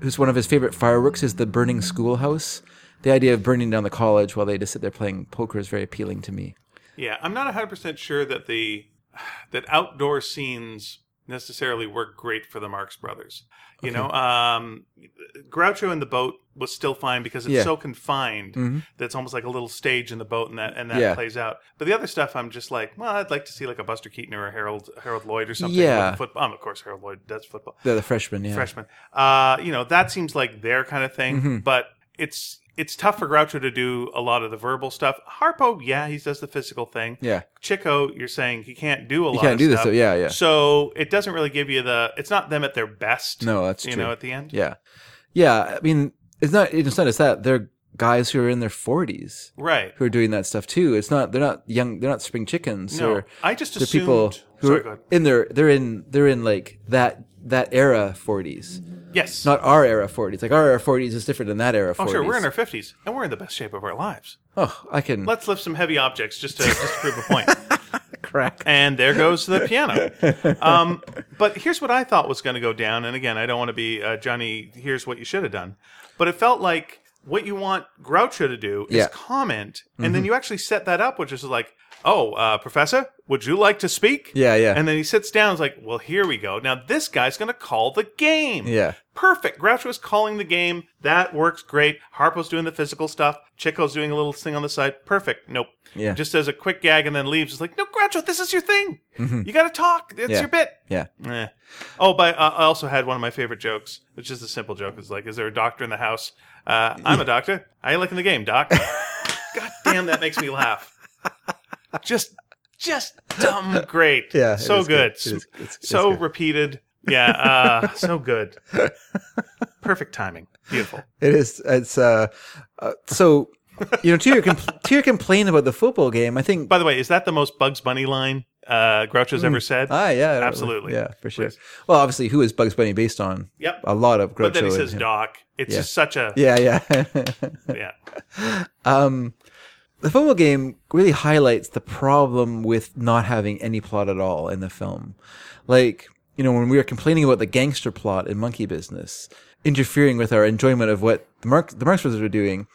who's one of his favorite fireworks is the burning schoolhouse. The idea of burning down the college while they just sit there playing poker is very appealing to me. Yeah, I'm not 100% sure that the that outdoor scenes necessarily work great for the Marx Brothers. You know, um, Groucho in the boat was still fine because it's Yeah. Mm-hmm. so confined that it's almost like a little stage in the boat, and that and that Yeah. plays out. But the other stuff, I'm just like, well, I'd like to see like a Buster Keaton or a Harold Harold Lloyd or something. Yeah. with football. Um, of course, Harold Lloyd does football. They're the freshmen, yeah. freshman. Uh, you know, that seems like their kind of thing, Mm-hmm. but it's it's tough for Groucho to do a lot of the verbal stuff. Harpo, yeah, he does the physical thing. Yeah. Chico, you're saying he can't do a lot. can't of do this, stuff, so- yeah, yeah. So it doesn't really give you the. It's not them at their best. No, that's you true. know at the end. Yeah, yeah. I mean, it's not. It's not just that they're guys who are in their forties Right. who are doing that stuff too. It's not. They're not young. They're not spring chickens. No, Or I just they're assumed. people who sorry, go are ahead. in their. They're in. They're in like that. That era forties. Yes. Not our era forties. Like our era forties is different than that era oh, forties. sure. We're in our fifties, and we're in the best shape of our lives. Oh, I can Let's lift some heavy objects just to just to prove a point. crack. and there goes the piano. Um, but here's what I thought was going to go down. And again, I don't want to be uh, Johnny. Here's what you should have done. But it felt like what you want Groucho to do is Yeah. Mm-hmm. comment, and then you actually set that up, which is like, "Oh, uh, Professor, would you like to speak?" Yeah, yeah. And then he sits down. It's like, "Well, here we go. Now this guy's going to call the game." Yeah. Perfect. Groucho is calling the game. That works great. Harpo's doing the physical stuff. Chico's doing a little thing on the side. Perfect. Nope. Yeah. Just as a quick gag and then leaves. It's like, no, Groucho, this is your thing. You got to talk. It's Mm-hmm. Yeah. your bit. yeah. Eh. Oh, but I I also had one of my favorite jokes, which is the simple joke. It's like, is there a doctor in the house? Uh, I'm a doctor. How you liking the game, doc? God damn, that makes me laugh. Just, just dumb great. Yeah, it So is good. good. It is- it's- it's so good. repeated. Yeah. Uh, so good. Perfect timing. Beautiful. It is. It's uh, uh so. You know, to your compl- to your complaint about the football game, I think By the way, is that the most Bugs Bunny line uh, Groucho's ever said? Ah, yeah, I- Absolutely. yeah, for sure. Well, obviously, who is Bugs Bunny based on? Yep. a lot of Groucho. but then he and says him. Doc. It's just such a yeah. Yeah, yeah. um, the football game really highlights the problem with not having any plot at all in the film. Like, you know, when we were complaining about the gangster plot in Monkey Business, interfering with our enjoyment of what the Marx, the Marx Brothers were doing,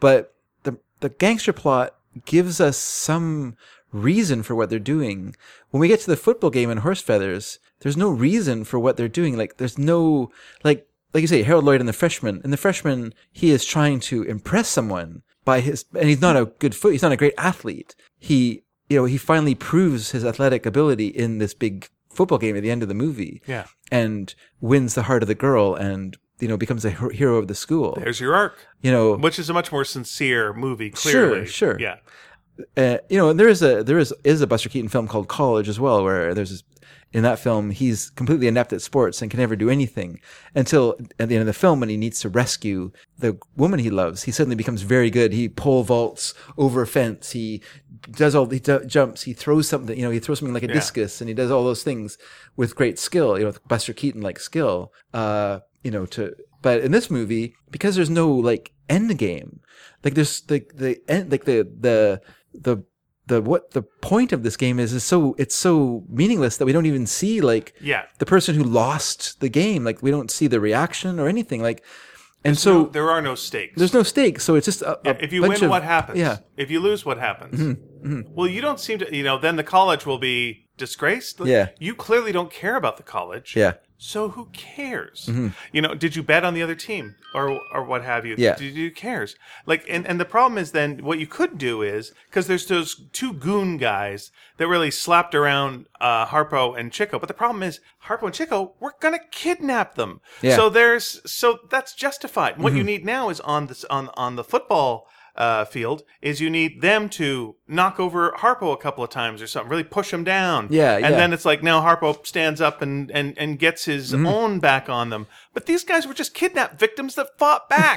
but the the gangster plot gives us some reason for what they're doing. When we get to the football game in horse feathers, there's no reason for what they're doing. Like, there's no like like you say, Harold Lloyd in the freshman. In the freshman, he is trying to impress someone by his, and he's not a good foot. He's not a great athlete. He, you know, he finally proves his athletic ability in this big football game at the end of the movie. Yeah. And wins the heart of the girl and, you know, becomes a her- hero of the school. There's your arc, You know, which is a much more sincere movie. Sure, Clearly, sure. yeah. uh, you know, and there is a there is is a Buster Keaton film called College as well, where there's this, in that film he's completely inept at sports and can never do anything until at the end of the film when he needs to rescue the woman he loves, he suddenly becomes very good. He pole vaults over a fence, he does all he d- jumps, he throws something, you know, he throws something like a discus, and he does all those things with great skill, you know, with Buster Keaton like skill, uh, you know, to but in this movie because there's no like end game like there's the the end like the the the the what the point of this game is is so it's so meaningless that we don't even see like Yeah. the person who lost the game like we don't see the reaction or anything like and so No, there are no stakes. there's no stakes so it's just a, a if you bunch win, of- what happens? yeah Mm-hmm, If you lose, what happens? Well, you don't seem to. You know, then the college will be disgraced. Like, Yeah. You clearly don't care about the college. yeah So who cares? Mm-hmm. You know, did you bet on the other team or or what have you? Yeah. Did you cares? Like, and and the problem is then what you could do is because there's those two goon guys that really slapped around uh, Harpo and Chico. But the problem is Harpo and Chico, we're gonna kidnap them. Yeah. Mm-hmm. So there's so that's justified. What you need now is on this on on the football. Uh, field is you need them to knock over Harpo a couple of times or something, really push him down. Yeah, and yeah. then it's like now Harpo stands up and and and gets his Mm-hmm. own back on them. But these guys were just kidnapped victims that fought back.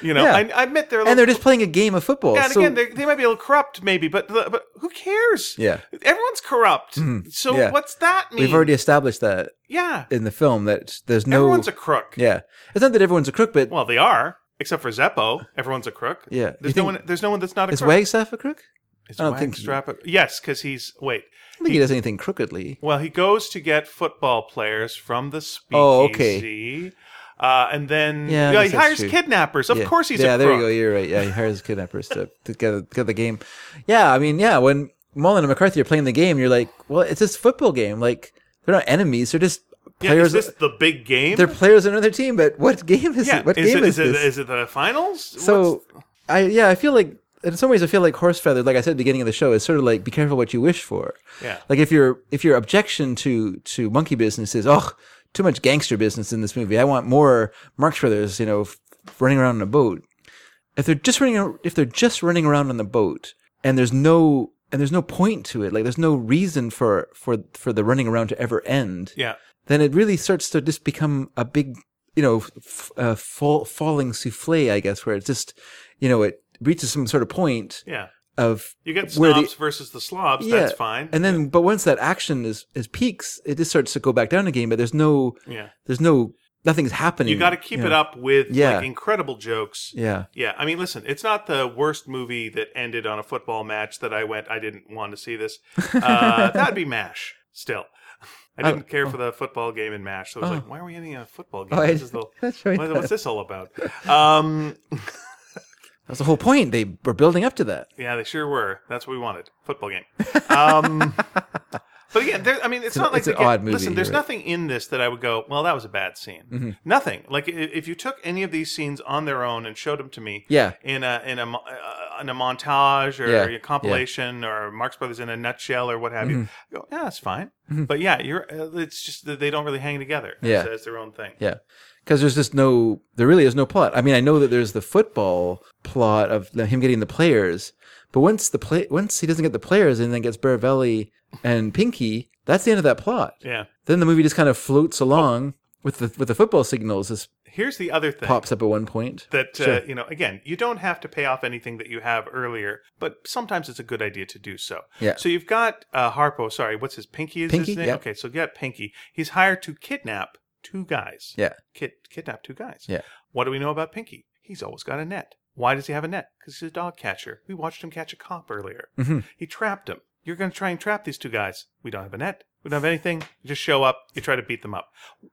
you know, Yeah. I, I admit they're a and little- they're just playing a game of football and so again, they they might be a little corrupt, maybe, but the, but who cares? Yeah. Mm-hmm. everyone's corrupt. So Yeah. what's that mean? we've already established that yeah, in the film that there's no everyone's a crook. yeah it's not that everyone's a crook but Well, they are, except for Zeppo. Everyone's a crook. Yeah. You there's no think- one. There's no one that's not a is crook. Wagstaff a crook Is I don't think- Wagstrap a- yes, because he's wait. I don't think he does anything crookedly Well, he goes to get football players from the speakeasy. Oh, okay. Uh, and then Yeah, yeah, I guess he that's hires true. kidnappers. Of Yeah. course, he's yeah. a there crook. you go. You're right. Yeah, he hires kidnappers to to get, a, get the game. Yeah, I mean, yeah. When Mullen and McCarthy are playing the game, you're like, well, it's this football game. Like they're not enemies. They're just Yeah, is players. this the big game? they're players on another team. But what game is yeah, it? What is, game it, is is, this? it, is it the finals? so, What's- I yeah, I feel like in some ways I feel like horse feathers. Like I said at the beginning of the show, it's sort of like be careful what you wish for. Yeah. Like if your if your objection to to monkey business is oh too much gangster business in this movie, I want more Marx Brothers, you know, f- running around in a boat. If they're just running, ar- if they're just running around on the boat, and there's no and there's no point to it, like there's no reason for for for the running around to ever end yeah, then it really starts to just become a big, you know, f- uh, fall, falling souffle, I guess, where it's just, you know, it reaches some sort of point yeah. of You get where the- snobs versus the slobs. that's fine. And then, but once that action is is peaks, it just starts to go back down again. But there's no, yeah, there's no, nothing's happening. you got to keep you it know. up with Yeah. like incredible jokes. Yeah, Yeah, I mean, listen, it's not the worst movie that ended on a football match that I went. I didn't want to see this. Uh, that'd be Mash. Still, I didn't care for the football game in Mash. So I was like, why are we ending on a football game? Oh, I- this is the, that's right. what- what's this all about? Um, that's the whole point. They were building up to that. yeah, they sure were. That's what we wanted. Football game. Um, but again, there, I mean, it's, an- not like it's they an get- odd movie, Listen, there's you're right. Mm-hmm. nothing in this that I would go, well, that was a bad scene. Nothing. Like i- if you took any of these scenes on their own and showed them to me, Yeah. in a in a mo- uh, in a montage or Yeah, a compilation or Marx Brothers in a nutshell or what have you. Mm-hmm. you, go, yeah, that's fine. But yeah, you're. uh, It's just that they don't really hang together. Yeah. it's, it's their own thing. Yeah. Because there's just no, there really is no plot. I mean, I know that there's the football plot of him getting the players, but once the play, once he doesn't get the players and then gets Baravelli and Pinky, that's the end of that plot. Yeah. Then the movie just kind of floats along with the with the football signals. This Here's the other thing. pops up at one point. that uh, Sure. you know again you don't have to pay off anything that you have earlier but sometimes it's a good idea to do so Yeah. so you've got uh, harpo sorry what's his pinky is Pinky, his name yeah. okay so get pinky he's hired to kidnap two guys Yeah. Kid, kidnap two guys Yeah. what do we know about pinky he's always got a net why does he have a net because he's a dog catcher we watched him catch a cop earlier Mhm. he trapped him you're going to try and trap these two guys we don't have a net we don't have anything you just show up you try to beat them up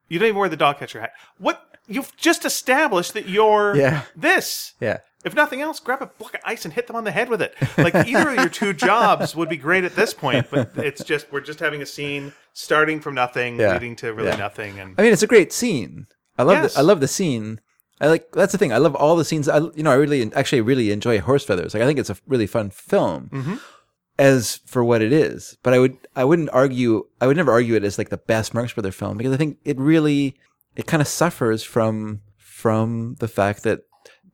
you don't even wear the dog catcher hat what you've just established that you're Yeah. this Yeah. If nothing else, grab a block of ice and hit them on the head with it. Like either of your two jobs would be great at this point, but it's just we're just having a scene starting from nothing, Yeah. leading to really Yeah. nothing, and I mean, it's a great scene. I love Yes. the, I love the scene. I like that's the thing. I love all the scenes. I you know I really actually really enjoy Horse Feathers. Like I think it's a really fun film Mm-hmm. as for what it is. But I would I wouldn't argue I would never argue it as like the best Marx Brother film because I think it really it kind of suffers from from the fact that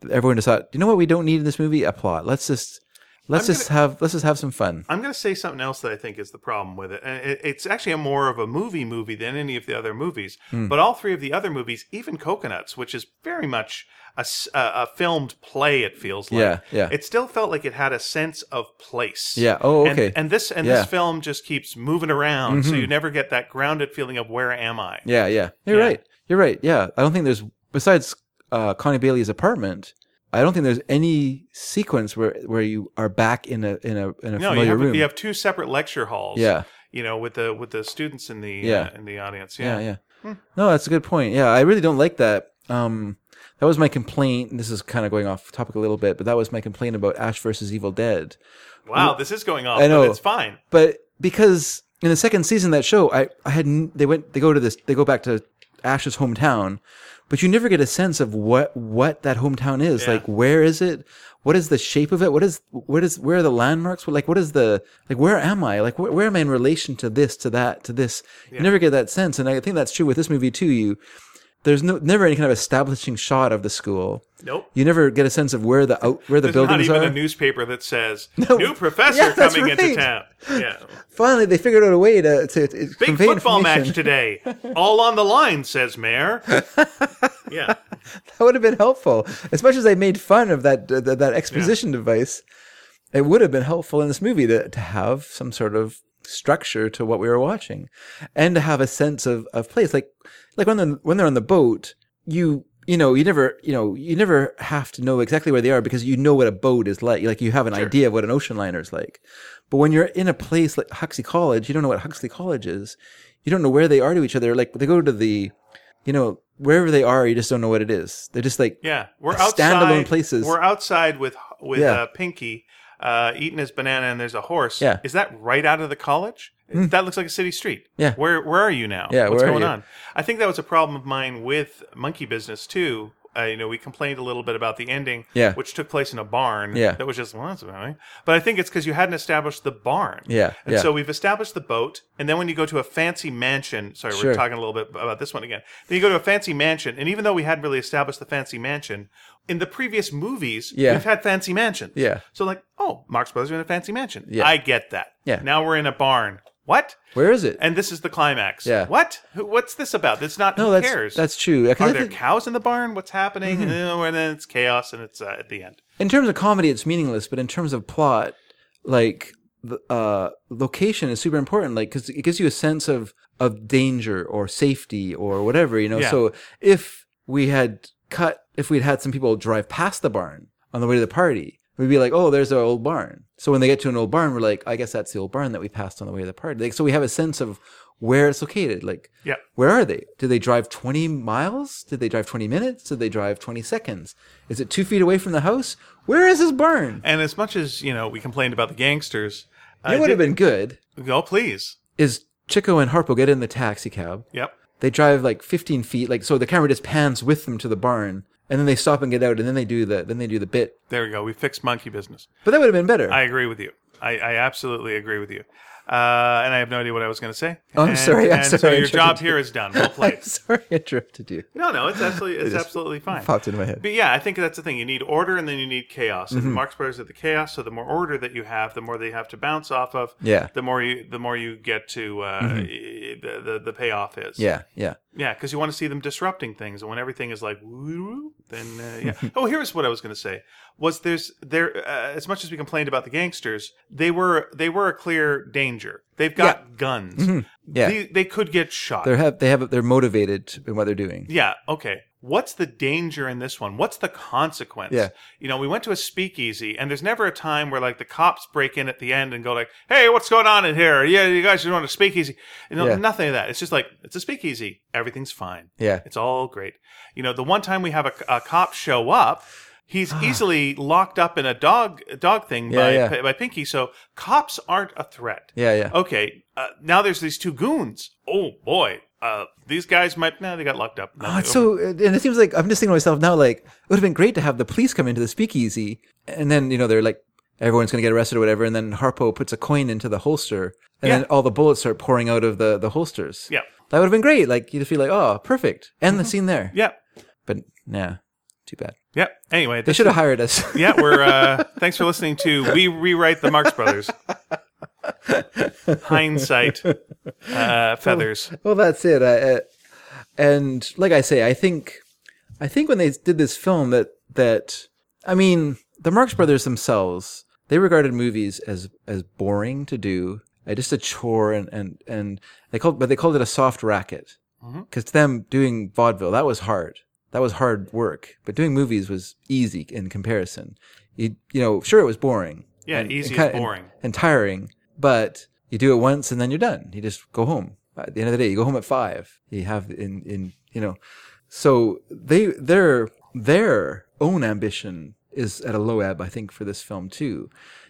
everyone just thought you know what we don't need in this movie a plot. Let's just let's I'm just have let's just have some fun. I'm going to say something else that I think is the problem with it. And it- It's actually a more of a movie movie than any of the other movies. Hmm. But all three of the other movies, even Coconuts, which is very much a, s- a- a filmed play, it feels like. Yeah, yeah. It still felt like it had a sense of place. Yeah. Oh, And- okay. And, this and Yeah. Mm-hmm. this film just keeps moving around, so you never get that grounded feeling of where am I? Yeah, yeah. You're Yeah. right. You're right. Yeah. I don't think there's besides uh, Connie Bailey's apartment. I don't think there's any sequence where where you are back in a in a in a No, you familiar have, room. you have two separate lecture halls. yeah, You know, with the with the students in the Yeah. uh, in the audience. yeah, yeah. No, that's a good point. Yeah, I really don't like that. Um, that was my complaint. This is kind of going off topic a little bit, but that was my complaint about Ash versus Evil Dead. Wow, this is going off, I know. but it's fine. but because in the second season of that show i i had n- they went they go to this they go back to ash's hometown but you never get a sense of what what that hometown is Yeah. like where is it what is the shape of it what is what is where are the landmarks like what is the like where am i like where, where am i in relation to this to that to this you never get that sense and i think that's true with this movie too you there's no never any kind of establishing shot of the school Nope. you never get a sense of where the out where the There's not buildings even are a newspaper that says new professor Yeah, that's coming into right. town. Yeah, finally they figured out a way to to, to big convey football information. match today. All on the line, says Mayor. Yeah, that would have been helpful. As much as I made fun of that that, that exposition device, it would have been helpful in this movie to, to have some sort of structure to what we were watching, and to have a sense of, of place. Like like when they're, when they're on the boat, you you know you never you know you never have to know exactly where they are because you know what a boat is like. Like you have an idea of what an ocean liner is like. But when you're in a place like Huxley College, you don't know what Huxley College is. You don't know where they are to each other. Like they go to the you know, wherever they are, you just don't know what it is. They're just like, yeah. We're outside. Standalone places. We're outside with with Yeah. uh, Pinky uh, eating his banana, and there's a horse. Yeah. Hmm. is that right out of the college? That looks like a city street. Yeah. where where are you now? Yeah, what's where are going you? on? I think that was a problem of mine with Monkey Business too. Uh, you know, we complained a little bit about the ending, Yeah. which took place in a barn. Yeah. that was just well, that's about right. But I think it's because you hadn't established the barn. Yeah, and yeah. so we've established the boat, and then when you go to a fancy mansion, sorry, Sure. we're talking a little bit about this one again. Then you go to a fancy mansion, and even though we hadn't really established the fancy mansion in the previous movies, Yeah. we've had fancy mansions. Yeah. so like, oh, Mark's brothers are in a fancy mansion. Yeah. I get that. Yeah. now we're in a barn. What? where is it? and this is the climax. Yeah. What? Who, what's this about? It's not. no, who that's cares? that's true. Yeah, 'cause Are I there think Mm-hmm. cows in the barn? What's happening? No, And then it's chaos, and it's uh, at the end. in terms of comedy, it's meaningless, but in terms of plot, like the uh, location is super important, like because it gives you a sense of of danger or safety or whatever, you know. Yeah. So if we had cut, if we'd had some people drive past the barn on the way to the party. We'd be like, oh, there's our old barn. So when they get to an old barn, we're like, I guess that's the old barn that we passed on the way to the party. Like, so we have a sense of where it's located. Like, Yeah. Where are they? Did they drive 20 miles? Did they drive 20 minutes? Did they drive 20 seconds? Is it two feet away from the house? Where is this barn? And as much as you know, we complained about the gangsters. I It would have been good. been. Oh, please. Is Chico and Harpo get in the taxi cab? Yep. They drive like 15 feet, like so the camera just pans with them to the barn, and then they stop and get out, and then they do the then they do the bit. There we go. We fixed monkey business. But that would have been better. I agree with you. I, I absolutely agree with you. Uh, and I have no idea what I was going to say. Oh, I'm And- sorry. I'm and So sorry. your job Interrupted. here is done. Well I'm played. sorry, I interrupted you. No, no, it's absolutely it's just absolutely fine. popped into my head. But yeah, I think that's the thing. You need order, and then you need chaos. Mm-hmm. And Marx Brothers are the chaos. So the more order that you have, the more they have to bounce off of. Yeah. Mm-hmm. The more you, the more you get to uh, the, the the payoff is. Yeah, yeah. Yeah, because you want to see them disrupting things, and when everything is like woo, then uh, yeah. oh, here's what I was going to say: was there's there uh, as much as we complained about the gangsters, they were they were a clear danger. They've got guns. Mm-hmm. Yeah. They, they could get shot. They have they have they're motivated in what they're doing. Yeah. Okay. What's the danger in this one? What's the consequence? Yeah. You know, we went to a speakeasy, and there's never a time where like the cops break in at the end and go like, "Hey, what's going on in here? Yeah, you guys are doing a speakeasy." You know, Yeah. nothing of that. It's just like it's a speakeasy. Everything's fine. Yeah. It's all great. You know, the one time we have a, a cop show up, He's easily locked up in a dog dog thing Ah. Yeah, by yeah. P- by Pinky, so cops aren't a threat. Yeah, yeah. Okay, uh, now there's these two goons. Oh boy, uh, these guys might. Nah, they got locked up. Oh, it's so, and it seems like I'm just thinking to myself now, like it would have been great to have the police come into the speakeasy, and then you know they're like everyone's going to get arrested or whatever, and then Harpo puts a coin into the holster, and then Yeah. all the bullets start pouring out of the the holsters. yeah, Mm-hmm. that would have been great. Like you just feel like, oh, perfect, end the scene there. yeah, But nah, too bad. yeah. Anyway, They this, should have hired us. yeah, we're. Uh, thanks for listening to we rewrite the Marx Brothers. Hindsight, Oh. uh, feathers. well, that's it. I, uh, and like I say, I think, I think when they did this film, that that I mean, the Marx Brothers themselves, they regarded movies as as boring to do, uh, just a chore, and and and they called, but they called it a soft racket, Mm-hmm. because to them, doing vaudeville that was hard. That was hard work, but doing movies was easy in comparison. You, you know, sure it was boring. Yeah, easy ki- is boring. and tiring, but you do it once and then you're done. You just go home. At the end of the day, you go home at five. You have in in you know, so they their their own ambition is at a low ebb, I think, for this film too.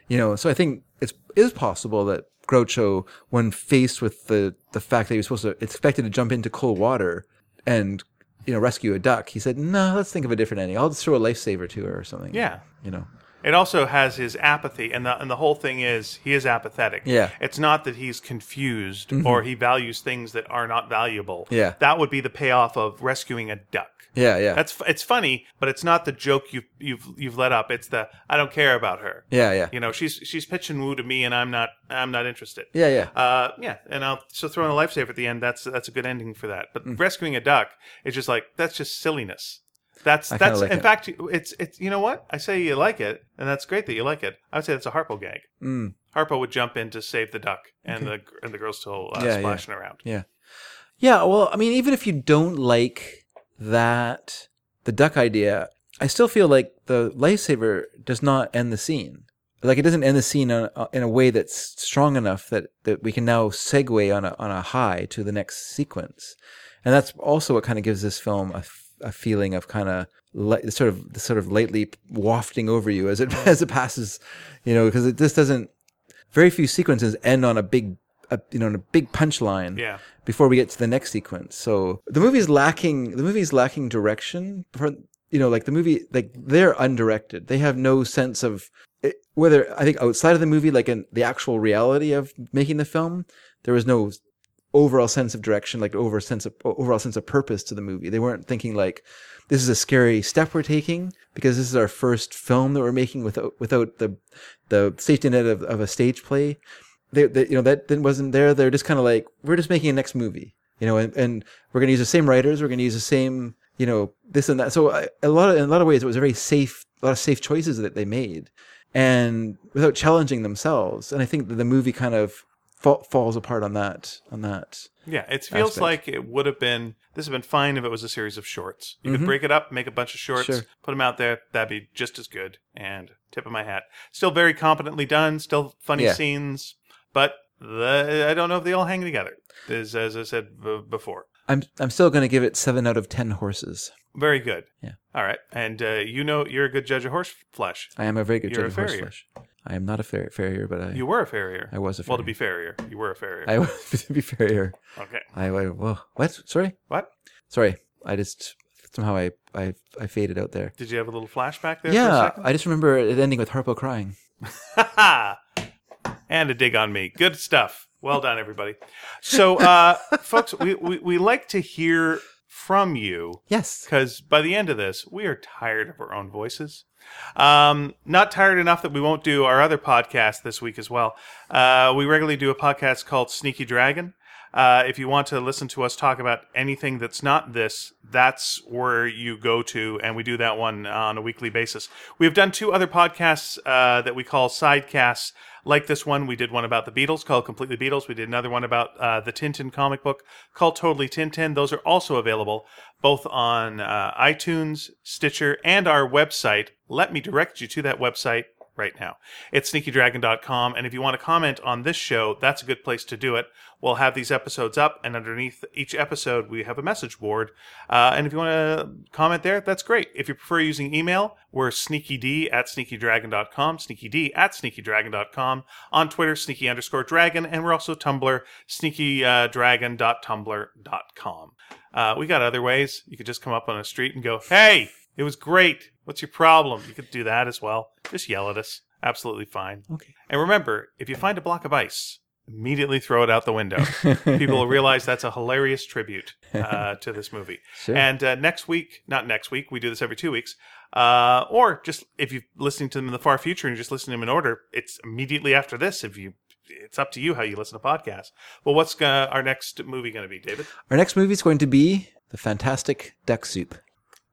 You know, so I think it's is possible that Groucho, when faced with the the fact that he was supposed to expected to jump into cold water and you know rescue a duck, he said, "No, let's think of a different ending. I'll just throw a lifesaver to her or something." Yeah. you know. It also has his apathy, and the and the whole thing is he is apathetic. Yeah. Mm-hmm. it's not that he's confused or he values things that are not valuable. Yeah. that would be the payoff of rescuing a duck. Yeah, yeah. That's f- it's funny, but it's not the joke you've you've you've let up. It's the I don't care about her. yeah, yeah. You know, she's she's pitching woo to me, and I'm not I'm not interested. Yeah, yeah. Uh, yeah, and I'll so throwing a lifesaver at the end. That's that's a good ending for that. But Mm. rescuing a duck is just like that's just silliness. That's kinda that's like in it. fact it's it's you know what I say you like it, and that's great that you like it. I would say that's a Harpo gag. Mm. Harpo would jump in to save the duck, and the and the girl's still uh, Yeah, yeah. splashing around. Yeah. Yeah. Well, I mean, even if you don't like that, the duck idea, I still feel like the lifesaver does not end the scene. Like it doesn't end the scene on, uh, in a way that's strong enough that, that we can now segue on a, on a high to the next sequence. And that's also what kind of gives this film a, f- a feeling of kind of li- sort of sort of lightly wafting over you as it as it passes, you know, because it just doesn't. Very few sequences end on a big, a, you know, on a big punchline Yeah. before we get to the next sequence. So the movie's lacking the movie's lacking direction. For, you know, like the movie, like they're undirected. They have no sense of it, whether I think outside of the movie, like in the actual reality of making the film, there was no overall sense of direction, like over sense of overall sense of purpose to the movie. They weren't thinking like this is a scary step we're taking because this is our first film that we're making without without the the safety net of, of a stage play. They, they you know that didn't wasn't there. They're just kind of like we're just making a next movie, you know, and, and we're gonna use the same writers, we're gonna use the same you know this and that. So I, a lot of in a lot of ways it was a very safe a lot of safe choices that they made and without challenging themselves. And I think that the movie kind of fa- falls apart on that on that Yeah, it feels aspect. like it would have been. This would have been fine if it was a series of shorts. You could break it up, make a bunch of shorts, Mm-hmm. Sure. put them out there. That'd be just as good. And tip of my hat, still very competently done. Still funny Yeah. scenes, but the, I don't know if they all hang together. As, as I said b- before, I'm I'm still going to give it seven out of ten horses. very good. Yeah. All right, and uh, you know you're a good judge of horse flesh. I am a very good You're judge of a horse farrier. flesh. I am not a fer- farrier, but I You were a farrier. I was a Well, to be farrier. farrier, you were a farrier. I was to be farrier. okay. I, I whoa, what? Sorry, What sorry. I just somehow I I, I faded out there. did you have a little flashback there? For a Yeah, second? I just remember it ending with Harpo crying. Ha ha! and a dig on me. Good stuff. Well done, everybody. So, uh, folks, we, we, we like to hear from you Yes. because by the end of this, we are tired of our own voices. Um, not tired enough that we won't do our other podcast this week as well. Uh, we regularly do a podcast called Sneaky Dragon. Uh, if you want to listen to us talk about anything that's not this, that's where you go to, and we do that one on a weekly basis. We've done two other podcasts uh, that we call sidecasts, like this one. We did one about the Beatles called Completely Beatles. We did another one about uh, the Tintin comic book called Totally Tintin. Those are also available both on uh, iTunes, Stitcher, and our website. Let me direct you to that website right now. It's sneakydragon.com. And if you want to comment on this show, that's a good place to do it. We'll have these episodes up, and underneath each episode, we have a message board. Uh, and if you want to comment there, that's great. If you prefer using email, we're sneakyd at sneakydragon.com, sneakyd at sneakydragon.com, on Twitter, sneaky underscore dragon, and we're also Tumblr, uh, sneakydragon.tumblr.com. Uh, we got other ways. You could just come up on a street and go, hey, it was great. What's your problem? You could do that as well. Just yell at us. Absolutely fine. Okay. And remember, if you find a block of ice, immediately throw it out the window. People will realize that's a hilarious tribute uh, to this movie. Sure. And uh, next week, not next week, we do this every two weeks. Uh, or just if you're listening to them in the far future and you're just listening to them in order, it's immediately after this. If you, it's up to you how you listen to podcasts. Well, what's gonna, our next movie going to be, David? Our next movie is going to be The Fantastic Duck Soup.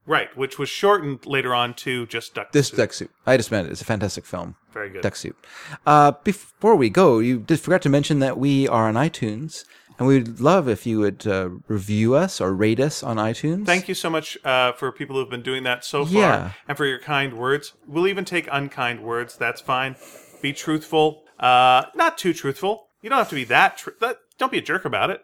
Right, which was shortened later on to just Duck This Soup. Duck Soup. I just meant it. It's a fantastic film. Very good. Duck Soup. Uh, before we go, you did forgot to mention that we are on iTunes, and we'd love if you would uh, review us or rate us on iTunes. Thank you so much uh, for people who've been doing that so far Yeah. and for your kind words. We'll even take unkind words. That's fine. Be truthful. Uh, not too truthful. You don't have to be that, tr- that. Don't be a jerk about it.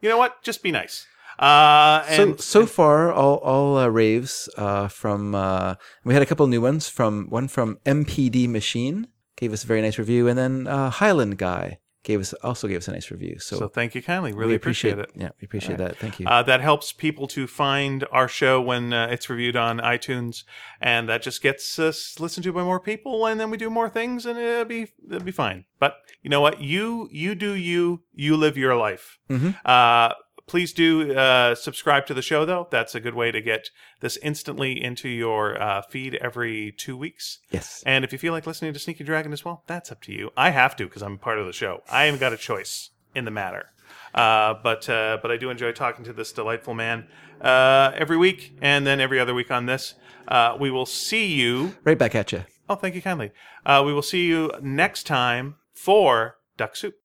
You know what? Just be nice. Uh, So and so far, all all uh, raves uh, from uh, we had a couple new ones from one from MPD Machine gave us a very nice review, and then uh, Highland Guy gave us also gave us a nice review. So, so thank you kindly. we Really appreciate it. Yeah, we appreciate that. Thank you. Uh, that helps people to find our show when uh, it's reviewed on iTunes, and that just gets us listened to by more people, and then we do more things, and it'll be it'll be fine. But you know what? You you do you. You live your life. Uh, please do uh, subscribe to the show, though. That's a good way to get this instantly into your uh, feed every two weeks. yes. And if you feel like listening to Sneaky Dragon as well, that's up to you. I have to because I'm part of the show. I haven't got a choice in the matter. Uh, but uh, but I do enjoy talking to this delightful man uh, every week, and then every other week on this. Uh, we will see you. Right back at you. Oh, thank you kindly. Uh, we will see you next time for Duck Soup.